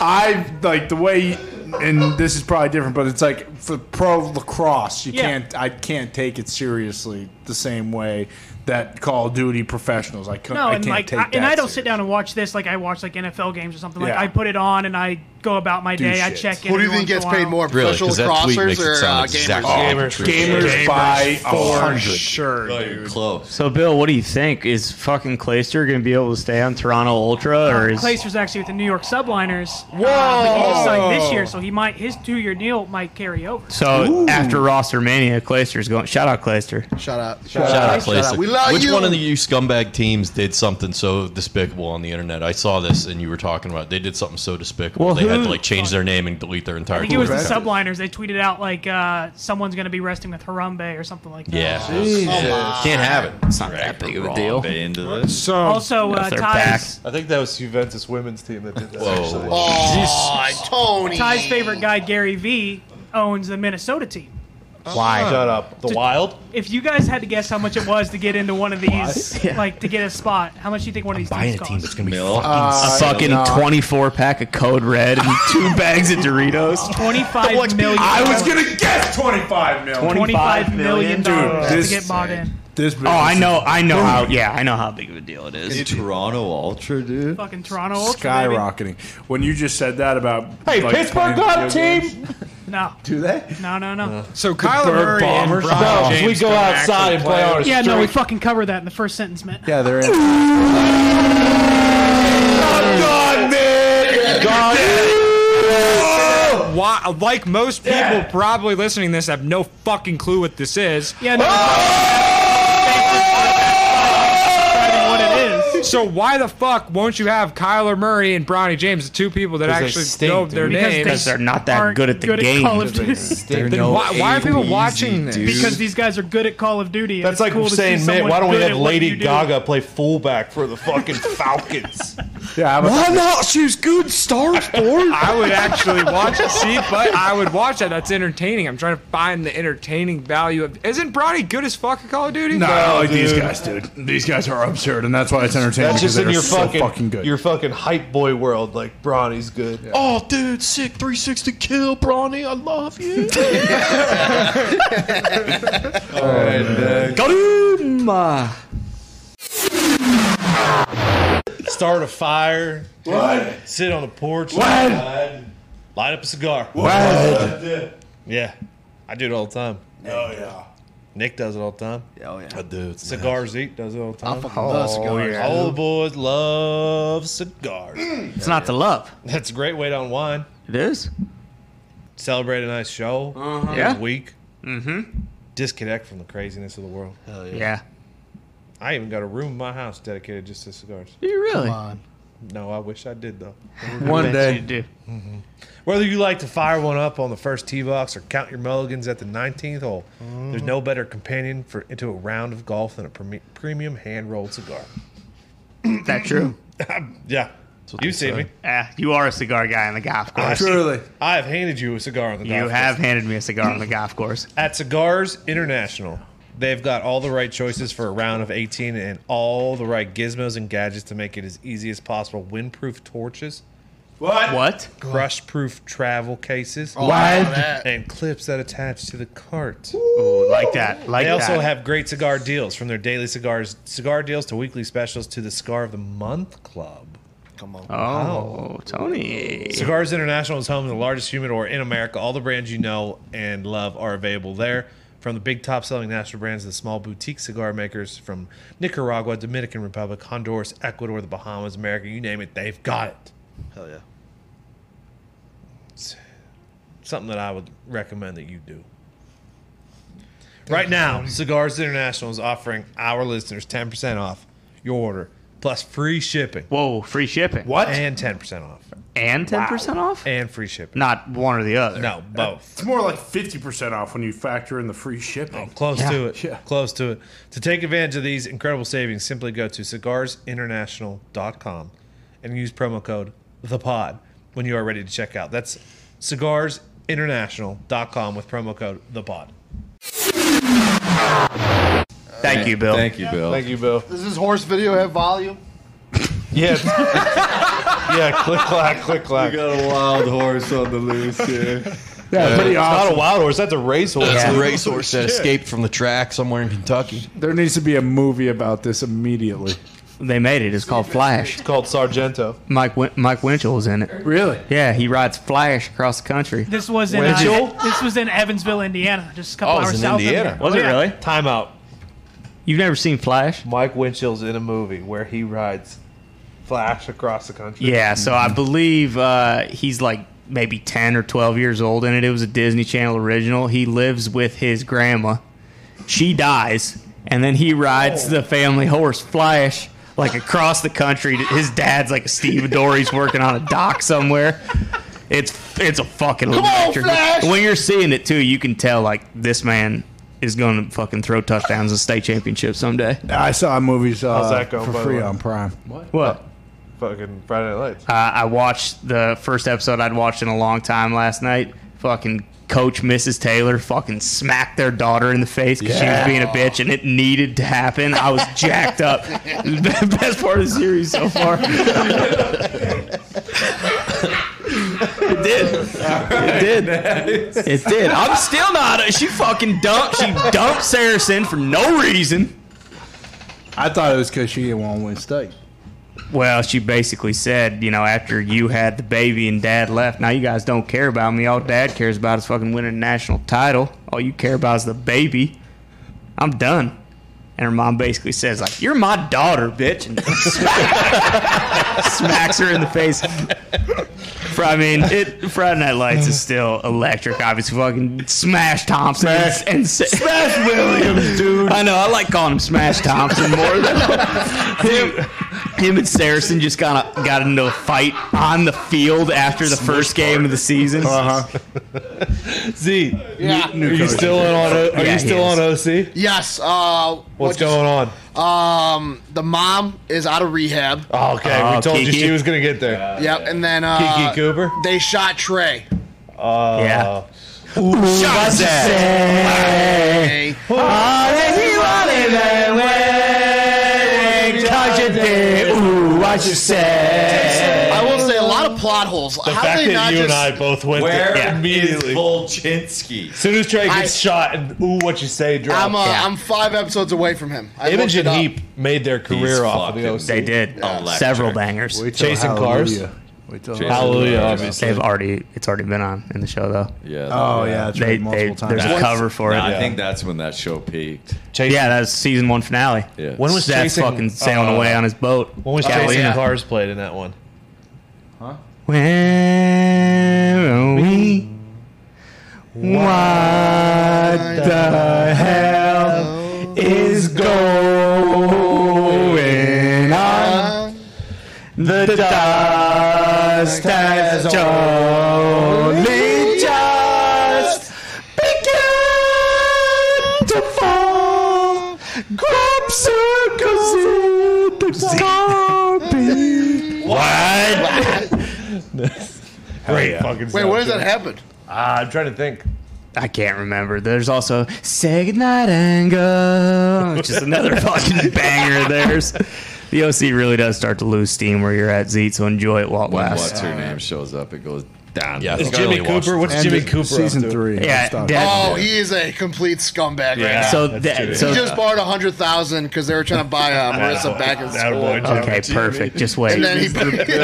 [SPEAKER 5] I, like, the way, and this is probably different, but it's like for pro lacrosse, you
[SPEAKER 14] Yeah.
[SPEAKER 5] can't, I can't take it seriously the same way that Call of Duty professionals, I, couldn't,
[SPEAKER 14] no,
[SPEAKER 5] I
[SPEAKER 14] and
[SPEAKER 5] can't
[SPEAKER 14] like
[SPEAKER 5] take
[SPEAKER 14] I,
[SPEAKER 5] that
[SPEAKER 14] and I don't sit down and watch this like I watch like NFL games or something. Like
[SPEAKER 5] Yeah.
[SPEAKER 14] I put it on and I go about my
[SPEAKER 5] Do
[SPEAKER 14] day. I
[SPEAKER 5] shit.
[SPEAKER 14] check. in
[SPEAKER 7] Who do you
[SPEAKER 14] every
[SPEAKER 7] think
[SPEAKER 14] once
[SPEAKER 7] gets
[SPEAKER 14] in a
[SPEAKER 7] paid
[SPEAKER 14] while.
[SPEAKER 7] more,
[SPEAKER 6] Really, 'cause
[SPEAKER 7] professioners,
[SPEAKER 6] that tweet
[SPEAKER 7] crossers,
[SPEAKER 6] makes it
[SPEAKER 7] or
[SPEAKER 6] sound
[SPEAKER 7] uh,
[SPEAKER 6] exactly
[SPEAKER 7] gamers?
[SPEAKER 6] like the truth. Gamers by
[SPEAKER 5] for
[SPEAKER 6] 100.
[SPEAKER 13] sure.
[SPEAKER 2] Close.
[SPEAKER 3] So, Bill, what do you think? Is fucking Clayster going to be able to stay on Toronto Ultra, or is
[SPEAKER 14] Clayster's actually with the New York Subliners. Whoa! Uh, but he just signed this year, so he might his two year deal might carry over.
[SPEAKER 3] so after roster mania, Clayster's going? Shout out Clayster.
[SPEAKER 7] Shut up.
[SPEAKER 6] Shout out, Clayson.
[SPEAKER 7] We love
[SPEAKER 6] Which
[SPEAKER 7] you.
[SPEAKER 6] one of the you scumbag teams did something so despicable on the internet? I saw this, and you were talking about. it. They did something so despicable.
[SPEAKER 3] Well,
[SPEAKER 6] they had
[SPEAKER 3] who-
[SPEAKER 6] to like change their name and delete their entire.
[SPEAKER 14] I think it was the
[SPEAKER 6] Twitter account.
[SPEAKER 14] subliners. They tweeted out like uh, someone's going to be resting with Harambe or something like that.
[SPEAKER 6] Yeah,
[SPEAKER 14] Jesus.
[SPEAKER 6] can't have it. It's not
[SPEAKER 2] that big
[SPEAKER 6] of a
[SPEAKER 2] deal.
[SPEAKER 6] Into
[SPEAKER 5] So
[SPEAKER 14] also uh, Ty's,
[SPEAKER 8] I think that was Juventus women's team that did that.
[SPEAKER 6] Whoa.
[SPEAKER 7] Oh, Tony.
[SPEAKER 14] Ty's favorite guy Gary V owns the Minnesota team.
[SPEAKER 5] Uh-huh.
[SPEAKER 8] Why? Shut up. The
[SPEAKER 14] To-
[SPEAKER 8] Wild.
[SPEAKER 14] If you guys had to guess how much it was to get into one of these, like to get a spot, how much do you think one of these teams cost?
[SPEAKER 3] that's going to be
[SPEAKER 5] Uh,
[SPEAKER 3] a fucking
[SPEAKER 5] no.
[SPEAKER 3] 24 pack of Code Red and two bags of Doritos. Oh,
[SPEAKER 14] Twenty-five million.
[SPEAKER 5] I was going to guess 25 million.
[SPEAKER 14] Twenty-five million dollars
[SPEAKER 5] Dude, this,
[SPEAKER 14] to get bought in.
[SPEAKER 5] this
[SPEAKER 3] Oh, I know, I know how. Yeah, I know how big of a deal it is.
[SPEAKER 2] Is Toronto Ultra, dude?
[SPEAKER 14] Fucking Toronto Ultra.
[SPEAKER 5] skyrocketing. When you just said that about
[SPEAKER 14] Hey, Pittsburgh
[SPEAKER 5] playing
[SPEAKER 14] got
[SPEAKER 5] video
[SPEAKER 14] a
[SPEAKER 5] games-
[SPEAKER 14] baby. No.
[SPEAKER 5] do they?
[SPEAKER 14] No, no, no.
[SPEAKER 13] So
[SPEAKER 5] The
[SPEAKER 13] Kyler
[SPEAKER 5] Bird
[SPEAKER 13] Murray and
[SPEAKER 5] Bombers?
[SPEAKER 13] Brian
[SPEAKER 5] No,
[SPEAKER 13] James
[SPEAKER 5] we go
[SPEAKER 13] don't
[SPEAKER 5] outside
[SPEAKER 13] actually
[SPEAKER 5] and play on a
[SPEAKER 14] yeah, no, we
[SPEAKER 5] street.
[SPEAKER 14] fucking covered that in the first sentence, man.
[SPEAKER 5] Yeah, they're in. God, man.
[SPEAKER 13] Why, like most people probably listening to this have no fucking clue what this is. Ah!
[SPEAKER 14] Yeah, no.
[SPEAKER 13] what it is. So why the fuck won't you have Kyler Murray and Bronny James, the two people that
[SPEAKER 3] 'Cause they
[SPEAKER 13] actually
[SPEAKER 3] stink,
[SPEAKER 13] know
[SPEAKER 3] dude.
[SPEAKER 13] their
[SPEAKER 3] Because
[SPEAKER 13] names?
[SPEAKER 3] they Because they're not that aren't good at the good at game. Call of Duty. They're
[SPEAKER 13] Then
[SPEAKER 3] no
[SPEAKER 13] why, why are people
[SPEAKER 3] easy
[SPEAKER 13] watching this?
[SPEAKER 3] dudes.
[SPEAKER 14] Because these guys are good at Call of Duty. and
[SPEAKER 8] That's
[SPEAKER 14] it's
[SPEAKER 8] like
[SPEAKER 14] cool to see
[SPEAKER 8] saying, man,
[SPEAKER 14] someone
[SPEAKER 8] why don't we
[SPEAKER 14] good
[SPEAKER 8] have
[SPEAKER 14] at what you
[SPEAKER 8] Lady
[SPEAKER 14] do."
[SPEAKER 8] Gaga play fullback for the fucking Falcons?
[SPEAKER 5] Yeah,
[SPEAKER 13] not? She's good Star Wars. I would actually watch it. See, but I would watch that. That's entertaining. I'm trying to find the entertaining value of. Isn't Bronny good as fuck at Call of Duty?
[SPEAKER 5] No, I like these guys, dude. These guys are absurd, and that's why it's entertaining.
[SPEAKER 8] That's
[SPEAKER 5] because
[SPEAKER 8] just in
[SPEAKER 5] they're
[SPEAKER 8] your
[SPEAKER 5] so
[SPEAKER 8] fucking,
[SPEAKER 5] fucking good.
[SPEAKER 8] your fucking hype boy world. Like Bronny's good.
[SPEAKER 6] Oh, dude, sick 360 kill, Bronny. I love you.
[SPEAKER 8] Oh. Start a fire.
[SPEAKER 5] What?
[SPEAKER 8] Sit on the porch.
[SPEAKER 5] What?
[SPEAKER 8] outside, Light up a cigar.
[SPEAKER 5] What?
[SPEAKER 8] Yeah, I do it all the time. Oh yeah. Nick does it all the time.
[SPEAKER 7] Oh yeah.
[SPEAKER 8] I do. Oh, Cigars eat does it all the time.
[SPEAKER 7] fucking love cigars,
[SPEAKER 8] All the
[SPEAKER 7] dude.
[SPEAKER 8] boys love cigars.
[SPEAKER 3] It's not to love.
[SPEAKER 8] That's a great way to unwind.
[SPEAKER 3] It is.
[SPEAKER 8] Celebrate a nice show.
[SPEAKER 3] Uh-huh.
[SPEAKER 8] a
[SPEAKER 3] Yeah.
[SPEAKER 8] Week.
[SPEAKER 3] Mm-hmm.
[SPEAKER 8] Disconnect from the craziness of the world. Hell
[SPEAKER 3] yeah. Yeah.
[SPEAKER 8] I even got a room in my house dedicated just to cigars.
[SPEAKER 3] You really?
[SPEAKER 7] Come on.
[SPEAKER 8] No, I wish I did though. Mm-hmm.
[SPEAKER 5] One day.
[SPEAKER 8] Whether you like to fire one up on the first tee box or count your mulligans at the 19th hole, there's no better companion for into a round of golf than a premi- premium hand rolled cigar.
[SPEAKER 3] That true?
[SPEAKER 8] Yeah, you've seen me.
[SPEAKER 3] Ah, you are a cigar guy on the golf course.
[SPEAKER 8] I have handed you a cigar on the
[SPEAKER 3] You
[SPEAKER 8] golf
[SPEAKER 3] have
[SPEAKER 8] course.
[SPEAKER 3] handed me a cigar on the golf course.
[SPEAKER 8] at Cigars International. They've got all the right choices for a round of 18 and all the right gizmos and gadgets to make it as easy as possible. Windproof torches,
[SPEAKER 5] What?
[SPEAKER 3] What?
[SPEAKER 8] crush-proof travel cases,
[SPEAKER 3] Oh, I love What? that.
[SPEAKER 8] and clips that attach to the cart.
[SPEAKER 3] Ooh, like that. Like
[SPEAKER 8] they also
[SPEAKER 3] that.
[SPEAKER 8] have great cigar deals from their daily cigars, cigar deals to weekly specials to the cigar of the month club.
[SPEAKER 7] Come on.
[SPEAKER 3] Oh, Tony.
[SPEAKER 8] Cigars International is home to the largest humidor in America. All the brands you know and love are available there. From the big top selling national brands to the small boutique cigar makers from Nicaragua, Dominican Republic, Honduras, Ecuador, the Bahamas, America, you name it, they've got it.
[SPEAKER 7] Hell yeah.
[SPEAKER 8] It's something that I would recommend that you do. Right now, Cigars International is offering our listeners 10% off your order plus free shipping.
[SPEAKER 3] Whoa, free shipping.
[SPEAKER 8] What? And 10% off.
[SPEAKER 3] And 10% off?
[SPEAKER 8] And free shipping.
[SPEAKER 3] Not one or the other.
[SPEAKER 8] No, both.
[SPEAKER 11] It's more like 50% off when you factor in the free shipping.
[SPEAKER 8] Oh, Close to it. Close to it. To take advantage of these incredible savings, simply go to cigarsinternational.com and use promo code the pod when you are ready to check out. That's cigarsinternational.com with promo code the pod.
[SPEAKER 3] Thank you, Bill.
[SPEAKER 2] Thank you, Bill.
[SPEAKER 4] Thank you, Bill.
[SPEAKER 7] Does this horse video have volume?
[SPEAKER 4] Yeah. yeah, click clack, click clack.
[SPEAKER 2] We got a wild horse on the loose here.
[SPEAKER 4] Yeah, pretty awesome. Not a wild horse. That's a racehorse.
[SPEAKER 6] That's
[SPEAKER 4] Yeah.
[SPEAKER 6] a racehorse that
[SPEAKER 4] Shit.
[SPEAKER 6] escaped from the track somewhere in Kentucky.
[SPEAKER 5] There needs to be a movie about this immediately.
[SPEAKER 3] They made it. It's called Flash. It's
[SPEAKER 4] called Sargento.
[SPEAKER 3] Mike Win- Mike Winchell was in it.
[SPEAKER 5] Really?
[SPEAKER 3] Yeah, he rides Flash across the country.
[SPEAKER 14] This was in
[SPEAKER 3] Winchell?
[SPEAKER 14] uh, this was in Evansville, Indiana, just a
[SPEAKER 5] Oh,
[SPEAKER 14] couple hours south of here.
[SPEAKER 3] Was it
[SPEAKER 14] Yeah.
[SPEAKER 3] really?
[SPEAKER 8] Timeout.
[SPEAKER 3] You've never seen Flash?
[SPEAKER 8] Mike Winchell's in a movie where he rides Flash across the country.
[SPEAKER 3] Yeah, so I believe uh, he's like maybe 10 or 12 years old in it. It was a Disney Channel original. He lives with his grandma. She dies, and then he
[SPEAKER 1] Oh.
[SPEAKER 3] rides the family horse Flash like across the country. His dad's like a stevedore. He's working on a dock somewhere. It's it's a fucking
[SPEAKER 1] Come on,
[SPEAKER 3] electric.
[SPEAKER 1] Flash!
[SPEAKER 3] When you're seeing it too, you can tell like this man is going to fucking throw touchdowns and state championship someday.
[SPEAKER 5] I saw movies uh,
[SPEAKER 3] How's that go,
[SPEAKER 5] for
[SPEAKER 3] by the
[SPEAKER 5] free
[SPEAKER 3] way?
[SPEAKER 5] on Prime.
[SPEAKER 3] What?
[SPEAKER 8] Fucking Friday Night Lights.
[SPEAKER 3] Uh, I watched the first episode I'd watched in a long time last night. Fucking coach Mrs. Taylor fucking smacked their daughter in the face because she was
[SPEAKER 1] Yeah.
[SPEAKER 3] being a bitch and it needed to happen. I was jacked up. It was the Best part of the series so far. it did. It did. It did. I'm still not. She fucking dumped. She dumped Saracen for no reason.
[SPEAKER 5] I thought it was because she didn't want to win state.
[SPEAKER 3] Well, she basically said, you know, after you had the baby and dad left, now you guys don't care about me. All dad cares about is fucking winning a national title. All you care about is the baby. I'm done. And her mom basically says, like, you're my daughter, bitch. And smacks her in the face. For, I mean, it, Friday Night Lights is still electric. Obviously, fucking smash Thompson
[SPEAKER 1] Smash-
[SPEAKER 3] and, and sa-
[SPEAKER 1] Smash Williams,
[SPEAKER 3] dude. I know. I like calling him Smash Thompson more than him. Him and Saracen just kind of got into a fight on the field after the first game of the season. Uh huh.
[SPEAKER 8] Z,
[SPEAKER 7] Yeah.
[SPEAKER 8] you- Uh-huh. are you still on? O- Are
[SPEAKER 3] Yeah,
[SPEAKER 8] you still
[SPEAKER 3] he
[SPEAKER 8] on
[SPEAKER 3] is.
[SPEAKER 8] OC?
[SPEAKER 7] Yes. Uh,
[SPEAKER 8] What's going
[SPEAKER 7] on? Um, the mom is out of rehab.
[SPEAKER 8] Oh, okay, we
[SPEAKER 3] Uh,
[SPEAKER 8] told you she was gonna get there.
[SPEAKER 7] Yep, and then uh,
[SPEAKER 8] Kiki Cooper.
[SPEAKER 7] They shot Trey.
[SPEAKER 8] Uh,
[SPEAKER 3] yeah.
[SPEAKER 1] Ooh,
[SPEAKER 7] what's that?
[SPEAKER 1] Say, all that you wanted that way. Touch it there. Ooh, what you say?
[SPEAKER 7] I will say a lot of plot holes.
[SPEAKER 8] The
[SPEAKER 7] How
[SPEAKER 8] fact
[SPEAKER 7] they
[SPEAKER 8] that
[SPEAKER 7] not
[SPEAKER 8] you
[SPEAKER 7] just
[SPEAKER 8] and I both went
[SPEAKER 2] Where
[SPEAKER 8] there
[SPEAKER 2] immediately.
[SPEAKER 8] immediately.
[SPEAKER 2] Volchinski?
[SPEAKER 8] As soon as Trey gets
[SPEAKER 7] I-
[SPEAKER 8] shot, and ooh, what you say, drop.
[SPEAKER 7] I'm uh, I'm five episodes away from him. I looked
[SPEAKER 8] Imogen
[SPEAKER 7] it up.
[SPEAKER 8] Heap made their
[SPEAKER 6] These
[SPEAKER 8] career off of the
[SPEAKER 6] fucking-
[SPEAKER 8] OC.
[SPEAKER 3] They did
[SPEAKER 6] Electric.
[SPEAKER 3] several bangers.
[SPEAKER 6] Wait till
[SPEAKER 8] Chasing cars.
[SPEAKER 6] Hallelujah. Wait till
[SPEAKER 8] Hallelujah, obviously.
[SPEAKER 3] They've already. It's already been on in the show though.
[SPEAKER 2] Yeah.
[SPEAKER 3] Oh, yeah, it's They- been multiple they- times. there's a cover for
[SPEAKER 2] Nah,
[SPEAKER 3] it.
[SPEAKER 2] I think that's when that show peaked.
[SPEAKER 3] Yeah, that was season one finale.
[SPEAKER 2] Yeah.
[SPEAKER 3] When was Seth
[SPEAKER 2] Chasing-
[SPEAKER 3] fucking sailing
[SPEAKER 2] uh,
[SPEAKER 3] away on his boat?
[SPEAKER 8] When was
[SPEAKER 3] Yeah,
[SPEAKER 8] Chasing
[SPEAKER 3] yeah.
[SPEAKER 8] Cars played in that one?
[SPEAKER 3] Where are we? What the hell is going on? The dust has only just begun to fall. Crop circles in the carpet. Great fucking
[SPEAKER 7] Wait, where does that happen?
[SPEAKER 8] Uh, I'm trying to think.
[SPEAKER 3] I can't remember. There's also Say Goodnight Anger, which is another fucking banger of theirs. The OC really does start to lose steam where you're at, Z, so enjoy it while it
[SPEAKER 2] When
[SPEAKER 3] lasts.
[SPEAKER 2] what's her name shows up, it goes down.
[SPEAKER 3] Yeah,
[SPEAKER 2] It's
[SPEAKER 3] it's Jimmy Cooper. What's Jimmy Cooper up to? Yeah, Dad-
[SPEAKER 7] oh, he is a complete scumbag right
[SPEAKER 3] Yeah,
[SPEAKER 7] now.
[SPEAKER 3] so That's that- true. so-
[SPEAKER 7] he just borrowed a hundred thousand because they were trying to buy uh, Marissa back in school.
[SPEAKER 3] Okay, perfect. Just wait.
[SPEAKER 7] And then he, he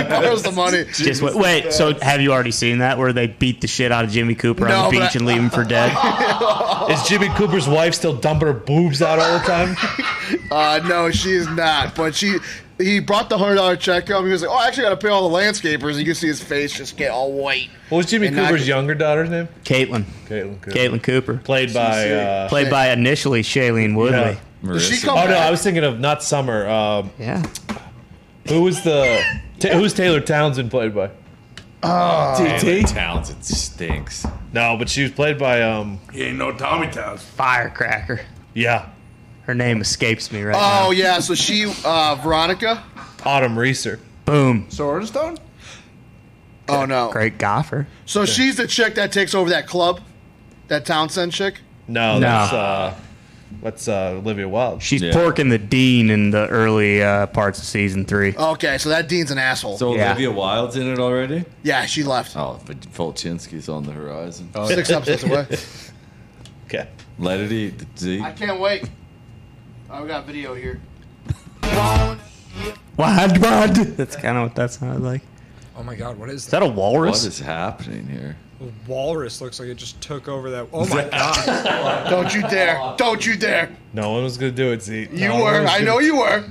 [SPEAKER 7] borrows the money.
[SPEAKER 3] Just wait. Wait, so have you already seen that where they beat the shit out of Jimmy Cooper
[SPEAKER 7] No,
[SPEAKER 3] on the
[SPEAKER 7] but
[SPEAKER 3] beach
[SPEAKER 7] I-
[SPEAKER 3] and leave him for dead?
[SPEAKER 8] Is Jimmy Cooper's wife still dumping her boobs out all the time?
[SPEAKER 7] Uh, no, she is not. But she, he brought the hundred dollar check to him. He was like, "Oh, I actually got to pay all the landscapers." And you can see his face just get all white.
[SPEAKER 8] What was Jimmy
[SPEAKER 7] And not-
[SPEAKER 8] Cooper's younger daughter's name?
[SPEAKER 3] Caitlin.
[SPEAKER 8] Caitlin Cooper.
[SPEAKER 3] Caitlin Cooper.
[SPEAKER 8] Played by. Uh,
[SPEAKER 3] Played by initially Shailene Woodley.
[SPEAKER 8] Yeah. oh no, I was thinking of not Summer. Um,
[SPEAKER 3] yeah.
[SPEAKER 4] Who was the? Ta- who's Taylor Townsend played by?
[SPEAKER 2] Oh,
[SPEAKER 4] TT?
[SPEAKER 2] Townsend stinks.
[SPEAKER 4] No, but she was played by um.
[SPEAKER 11] He ain't no Tommy Towns.
[SPEAKER 3] Firecracker.
[SPEAKER 4] Yeah.
[SPEAKER 3] Her name escapes me right now.
[SPEAKER 7] Oh yeah, so she uh, Veronica.
[SPEAKER 4] Autumn Reeser.
[SPEAKER 5] Oh.
[SPEAKER 3] Boom.
[SPEAKER 4] Swordstone?
[SPEAKER 7] Oh no.
[SPEAKER 3] Great golfer.
[SPEAKER 7] So she's the chick that takes over that club, that Townsend chick.
[SPEAKER 4] No,
[SPEAKER 3] No.
[SPEAKER 4] that's uh, that's uh, Olivia Wilde.
[SPEAKER 3] She's porking the dean in the early uh, parts of season three.
[SPEAKER 7] Okay, so that Dean's an asshole.
[SPEAKER 2] So Olivia Wilde's in it already?
[SPEAKER 7] Yeah, she left.
[SPEAKER 2] Oh, but Volchinsky's on the horizon.
[SPEAKER 7] Oh, Six yeah. episodes away.
[SPEAKER 4] Okay.
[SPEAKER 2] Let it eat. Z.
[SPEAKER 7] I can't wait. I got video here.
[SPEAKER 3] Wad wad. That's kind of what that sounded like.
[SPEAKER 13] Oh my God, what is
[SPEAKER 3] Is that a walrus?
[SPEAKER 2] What is happening here?
[SPEAKER 13] Walrus looks like it just took over that. Oh my God!
[SPEAKER 7] Don't you dare! Don't you dare!
[SPEAKER 4] No one was gonna do it, Z.
[SPEAKER 7] You were. I know you were.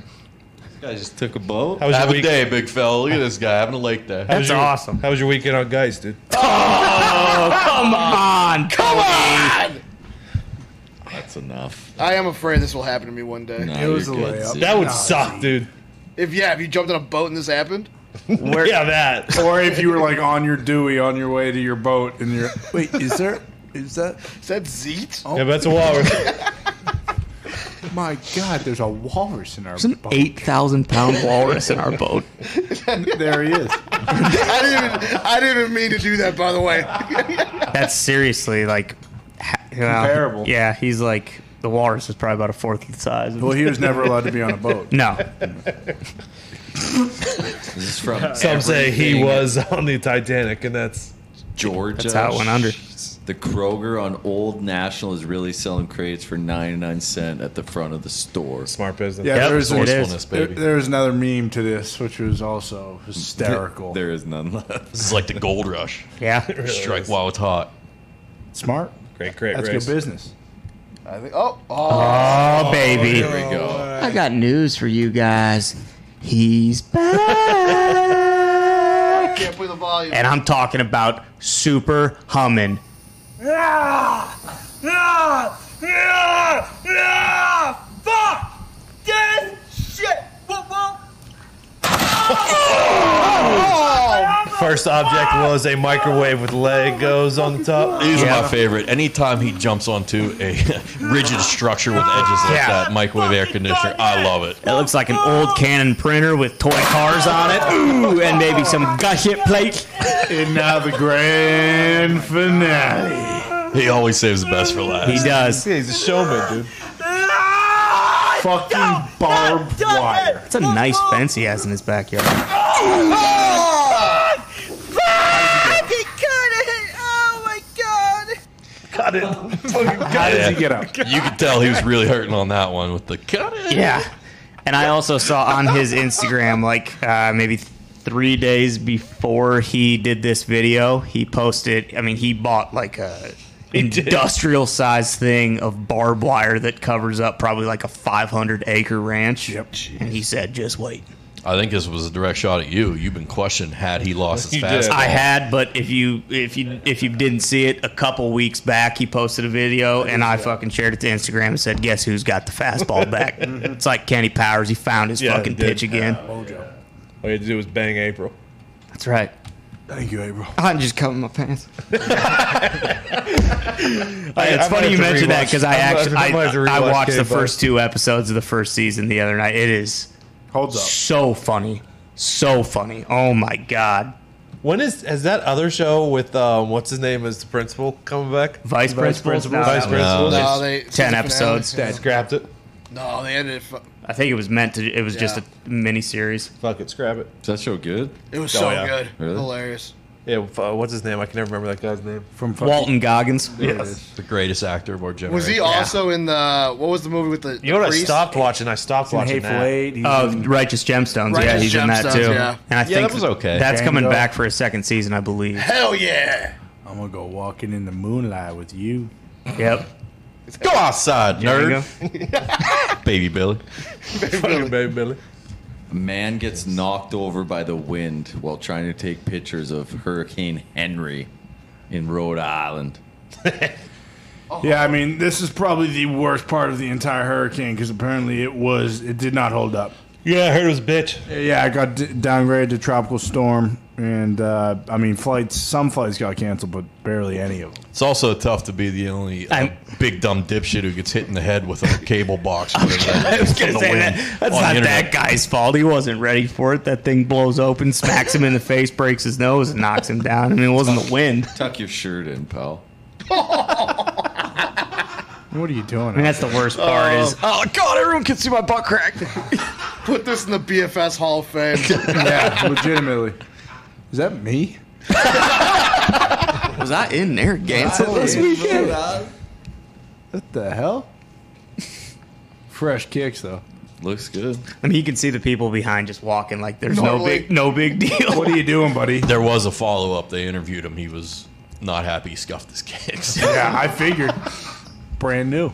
[SPEAKER 2] I just took a boat.
[SPEAKER 4] How was your
[SPEAKER 6] Have a
[SPEAKER 4] week?
[SPEAKER 6] day, big fella. Look at this guy having a lake day.
[SPEAKER 4] How was your- How was your weekend on Guys, dude?
[SPEAKER 3] Oh, come on! Come
[SPEAKER 7] on!
[SPEAKER 2] That's enough.
[SPEAKER 7] I am afraid this will happen to me one day.
[SPEAKER 2] No, It was you're a good, layup. Z.
[SPEAKER 4] That would
[SPEAKER 7] No,
[SPEAKER 4] suck, dude.
[SPEAKER 7] If yeah, if you jumped on a boat and this happened,
[SPEAKER 4] yeah, that.
[SPEAKER 11] or if you were like on your Dewey on your way to your boat and you're.
[SPEAKER 5] Wait, is there? Is that?
[SPEAKER 7] Is that Zeet?
[SPEAKER 11] Yeah, but that's a walrus.
[SPEAKER 5] My God, there's a walrus in our
[SPEAKER 3] There's an
[SPEAKER 5] boat.
[SPEAKER 3] eight thousand pound walrus in our boat.
[SPEAKER 5] there he is.
[SPEAKER 7] I didn't. Even, I didn't even mean to do that. By the way,
[SPEAKER 3] That's seriously like ha- well,
[SPEAKER 5] Comparable.
[SPEAKER 3] Yeah, he's like the walrus is probably about a fourth of the size.
[SPEAKER 5] Well, he was never allowed to be on a boat.
[SPEAKER 3] No,
[SPEAKER 2] This is from
[SPEAKER 4] Some say he
[SPEAKER 2] everything.
[SPEAKER 4] was on the Titanic, and that's
[SPEAKER 2] Georgia.
[SPEAKER 4] That's how it went under.
[SPEAKER 2] The Kroger on Old National is really selling crates for 99 cent at the front of the store.
[SPEAKER 4] Smart business.
[SPEAKER 5] Yeah, there's there, there was another meme to this, which was also hysterical.
[SPEAKER 2] There is none left.
[SPEAKER 6] This is like the gold rush.
[SPEAKER 3] Yeah.
[SPEAKER 6] Strike while it's hot.
[SPEAKER 5] Smart.
[SPEAKER 4] Great, great
[SPEAKER 5] That's
[SPEAKER 6] race.
[SPEAKER 5] good business.
[SPEAKER 7] I think. Oh,
[SPEAKER 3] Oh,
[SPEAKER 7] oh,
[SPEAKER 3] baby.
[SPEAKER 7] Here we go.
[SPEAKER 3] I got news for you guys. He's
[SPEAKER 7] I
[SPEAKER 3] back,
[SPEAKER 7] can't play the volume.
[SPEAKER 3] and I'm talking about super humming.
[SPEAKER 1] Yeah! Yeah! Yeah! Yeah! Fuck! This shit! What, what?
[SPEAKER 4] First object was a microwave with Legos on the top.
[SPEAKER 6] These are my favorite. Anytime he jumps onto a rigid structure with edges like
[SPEAKER 3] Yeah.
[SPEAKER 6] that, microwave air conditioner, I love it.
[SPEAKER 3] It looks like an old Canon printer with toy cars on it. Ooh, and maybe some gushet plates.
[SPEAKER 5] And now the grand finale.
[SPEAKER 6] He always saves the best for last.
[SPEAKER 3] He does.
[SPEAKER 4] Yeah, he's a showman, dude.
[SPEAKER 5] Fucking barbed wire.
[SPEAKER 3] That's a nice fence he has in his backyard.
[SPEAKER 1] Oh
[SPEAKER 4] Cut it.
[SPEAKER 5] How does he get up?
[SPEAKER 6] You could tell he was really hurting on that one with the cut it.
[SPEAKER 3] Yeah. And I also saw on his Instagram, like uh, maybe three days before he did this video, he posted. I mean, he bought like a industrial size thing of barbed wire that covers up probably like a 500 acre ranch. Yep. And he said, "Just wait."
[SPEAKER 6] I think this was a direct shot at you. You've been questioned had he lost his
[SPEAKER 4] You
[SPEAKER 6] fastball.
[SPEAKER 4] did.
[SPEAKER 3] I had, but if you if you if you didn't see it, a couple weeks back he posted a video, and I fucking shared it to Instagram and said, "Guess who's got the fastball back?" it's like Kenny Powers. He found his
[SPEAKER 4] Yeah,
[SPEAKER 3] fucking
[SPEAKER 4] he did.
[SPEAKER 3] pitch again.
[SPEAKER 5] Mojo.
[SPEAKER 4] All you had to do was bang April.
[SPEAKER 3] That's right.
[SPEAKER 5] Thank you, April.
[SPEAKER 3] I just cut my pants.
[SPEAKER 4] I-
[SPEAKER 3] it's
[SPEAKER 4] I might
[SPEAKER 3] funny
[SPEAKER 4] have
[SPEAKER 3] you
[SPEAKER 4] to
[SPEAKER 3] mentioned that
[SPEAKER 4] rewatch-
[SPEAKER 3] because I
[SPEAKER 4] I might-
[SPEAKER 3] actually
[SPEAKER 4] I
[SPEAKER 3] I,
[SPEAKER 4] might have to
[SPEAKER 3] I
[SPEAKER 4] rewatch
[SPEAKER 3] watched the
[SPEAKER 4] Cave Bus.
[SPEAKER 3] first two episodes of the first season the other night. It is
[SPEAKER 5] holds up.
[SPEAKER 3] So funny, so funny. Oh my god,
[SPEAKER 4] When is has that other show with um, what's his name as the principal coming back?
[SPEAKER 3] Vice Principal? No,
[SPEAKER 4] Vice
[SPEAKER 3] no,
[SPEAKER 4] principal.
[SPEAKER 7] no, No, they-
[SPEAKER 3] ten episodes.
[SPEAKER 4] Dad scrapped it.
[SPEAKER 7] No, they ended it. Fu-
[SPEAKER 3] I think it was meant to. It was just
[SPEAKER 7] Yeah.
[SPEAKER 3] a mini series.
[SPEAKER 4] Fuck it, scrap it.
[SPEAKER 2] Is that show good?
[SPEAKER 7] it was
[SPEAKER 4] Oh,
[SPEAKER 7] so
[SPEAKER 4] yeah.
[SPEAKER 7] good,
[SPEAKER 2] Really?
[SPEAKER 7] hilarious.
[SPEAKER 4] Yeah, f- uh, what's his name? I can never remember that guy's name.
[SPEAKER 5] From
[SPEAKER 3] Walton Goggins.
[SPEAKER 6] Yes. The greatest actor of our generation.
[SPEAKER 7] Was he also in the? What was the movie with the?
[SPEAKER 4] You know what? I
[SPEAKER 7] priest?
[SPEAKER 4] stopped watching. I stopped
[SPEAKER 5] in
[SPEAKER 4] watching
[SPEAKER 5] Hateful
[SPEAKER 4] that. Um,
[SPEAKER 5] Eight. He's
[SPEAKER 3] Oh,
[SPEAKER 5] in-
[SPEAKER 3] Righteous Gemstones. yeah,
[SPEAKER 7] Righteous
[SPEAKER 3] he's in that
[SPEAKER 7] Gemstones,
[SPEAKER 3] too.
[SPEAKER 7] yeah.
[SPEAKER 3] And I
[SPEAKER 6] Yeah,
[SPEAKER 3] think
[SPEAKER 6] that was okay.
[SPEAKER 3] That's coming
[SPEAKER 5] Django.
[SPEAKER 3] back for a second season, I believe.
[SPEAKER 7] Hell yeah!
[SPEAKER 5] I'm gonna go walking in the moonlight with you.
[SPEAKER 3] Yep.
[SPEAKER 6] Go outside, nerd. Baby Billy.
[SPEAKER 4] Fucking baby Billy.
[SPEAKER 2] A man gets knocked over by the wind while trying to take pictures of Hurricane Henry in Rhode Island.
[SPEAKER 5] Yeah, I mean, this is probably the worst part of the entire hurricane because apparently it was it did not hold up.
[SPEAKER 11] Yeah, I heard it was a bitch.
[SPEAKER 5] Yeah, I got d- downgraded to tropical storm, and uh, I mean, flights. Some flights got canceled, but barely any of them.
[SPEAKER 6] It's also tough to be the only uh, big dumb dipshit who gets hit in the head with a cable box. I
[SPEAKER 3] was gonna say that. That's not that guy's fault. He wasn't ready for it. That thing blows open, smacks him in the face, breaks his nose, and knocks him down. I mean, it wasn't the wind.
[SPEAKER 2] Tuck your shirt in, pal.
[SPEAKER 5] What are you doing? I
[SPEAKER 3] mean, that's the worst part. Is oh god, everyone can see my butt crack.
[SPEAKER 7] Put this in the BFS Hall of Fame.
[SPEAKER 5] yeah, legitimately. Is that me?
[SPEAKER 3] was I in Narragansett
[SPEAKER 5] Right.
[SPEAKER 3] this weekend?
[SPEAKER 5] What the hell? Fresh kicks though.
[SPEAKER 2] Looks good.
[SPEAKER 3] I mean, you can see the people behind just walking like there's no
[SPEAKER 6] Normally-
[SPEAKER 3] big, no big deal.
[SPEAKER 5] What are you doing, buddy?
[SPEAKER 6] There was a follow up. They interviewed him. He was not happy. He scuffed his kicks.
[SPEAKER 5] yeah, I figured. Brand new.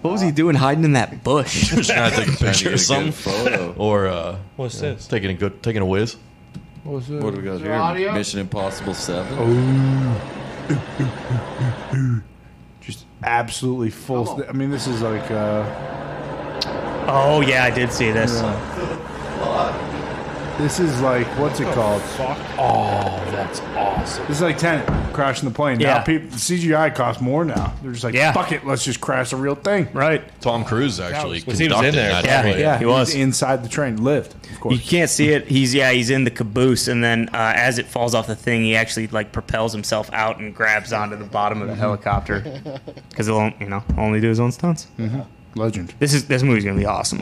[SPEAKER 3] What was he doing hiding in that bush?
[SPEAKER 6] Just trying to take a picture or something.
[SPEAKER 2] photo.
[SPEAKER 6] Or uh,
[SPEAKER 2] What's
[SPEAKER 6] yeah,
[SPEAKER 2] this?
[SPEAKER 6] Taking a good, taking a whiz.
[SPEAKER 5] What
[SPEAKER 2] What do we got
[SPEAKER 6] Is there
[SPEAKER 2] here?
[SPEAKER 6] audio?
[SPEAKER 2] Mission Impossible 7.
[SPEAKER 3] Oh,
[SPEAKER 5] Just absolutely full. st- I mean, this is like. Uh,
[SPEAKER 3] oh yeah, I did see this.
[SPEAKER 5] This is like what's it called?
[SPEAKER 11] Oh, that's awesome.
[SPEAKER 5] This is like Tenet crashing the plane.
[SPEAKER 11] Yeah.
[SPEAKER 5] Now people, CGI costs more now. They're just like, fuck it, let's just crash the real thing.
[SPEAKER 3] Right.
[SPEAKER 6] Tom Cruise actually
[SPEAKER 5] Well,
[SPEAKER 6] conducted
[SPEAKER 5] he was in
[SPEAKER 3] there.
[SPEAKER 6] that.
[SPEAKER 3] Yeah,
[SPEAKER 6] plane.
[SPEAKER 3] yeah, he was.
[SPEAKER 5] inside the train, lived. Of course.
[SPEAKER 3] You can't see it. He's yeah, he's in the caboose, and then uh, as it falls off the thing, he actually like propels himself out and grabs onto the bottom of the helicopter because he'll you know only do his own stunts.
[SPEAKER 5] Mm-hmm. Legend.
[SPEAKER 3] This is this movie's gonna be awesome.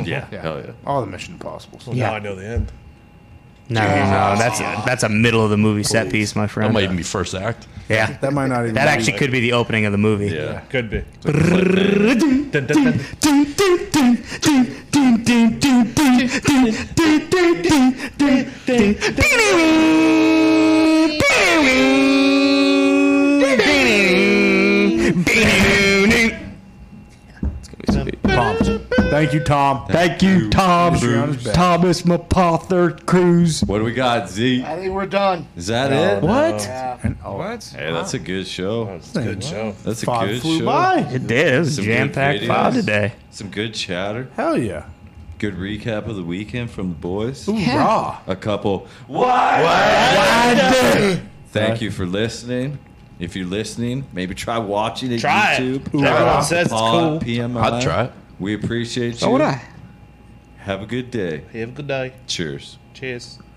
[SPEAKER 5] All the Mission Impossibles.
[SPEAKER 3] Well, now Yeah. I
[SPEAKER 5] know the end.
[SPEAKER 3] No, no, no, that's a, that's a middle of the movie set piece, my friend.
[SPEAKER 6] That might even be first act.
[SPEAKER 3] Yeah,
[SPEAKER 5] that might not even.
[SPEAKER 3] That
[SPEAKER 5] be-
[SPEAKER 3] actually could be the opening of the movie. Yeah,
[SPEAKER 8] could be.
[SPEAKER 5] Thank you, Tom. Thank you, Tom. Thomas Mapother Cruz.
[SPEAKER 2] What do we got, Z?
[SPEAKER 7] I think we're done.
[SPEAKER 2] Is that
[SPEAKER 5] No,
[SPEAKER 2] it?
[SPEAKER 5] no. What?
[SPEAKER 7] Yeah.
[SPEAKER 2] What? Hey, that's a good show. That's
[SPEAKER 5] a good show.
[SPEAKER 2] That's a
[SPEAKER 5] Five
[SPEAKER 2] good
[SPEAKER 5] flew
[SPEAKER 2] show.
[SPEAKER 5] by. It
[SPEAKER 3] did. It was
[SPEAKER 2] good
[SPEAKER 3] jam-packed five
[SPEAKER 2] videos.
[SPEAKER 3] today.
[SPEAKER 2] Some good chatter.
[SPEAKER 5] Hell yeah.
[SPEAKER 2] Good recap of the weekend from the boys.
[SPEAKER 5] Yeah. raw.
[SPEAKER 2] A couple.
[SPEAKER 1] Why?
[SPEAKER 2] Thank you for listening. If you're listening, maybe try watching it
[SPEAKER 1] Try it.
[SPEAKER 2] YouTube.
[SPEAKER 1] Ooh, Everyone wow. says it's
[SPEAKER 2] Pod
[SPEAKER 1] cool.
[SPEAKER 2] PMI.
[SPEAKER 6] I'd try it.
[SPEAKER 2] We appreciate you.
[SPEAKER 1] So would I.
[SPEAKER 2] Have a good day.
[SPEAKER 8] Have a good day.
[SPEAKER 2] Cheers.
[SPEAKER 8] Cheers.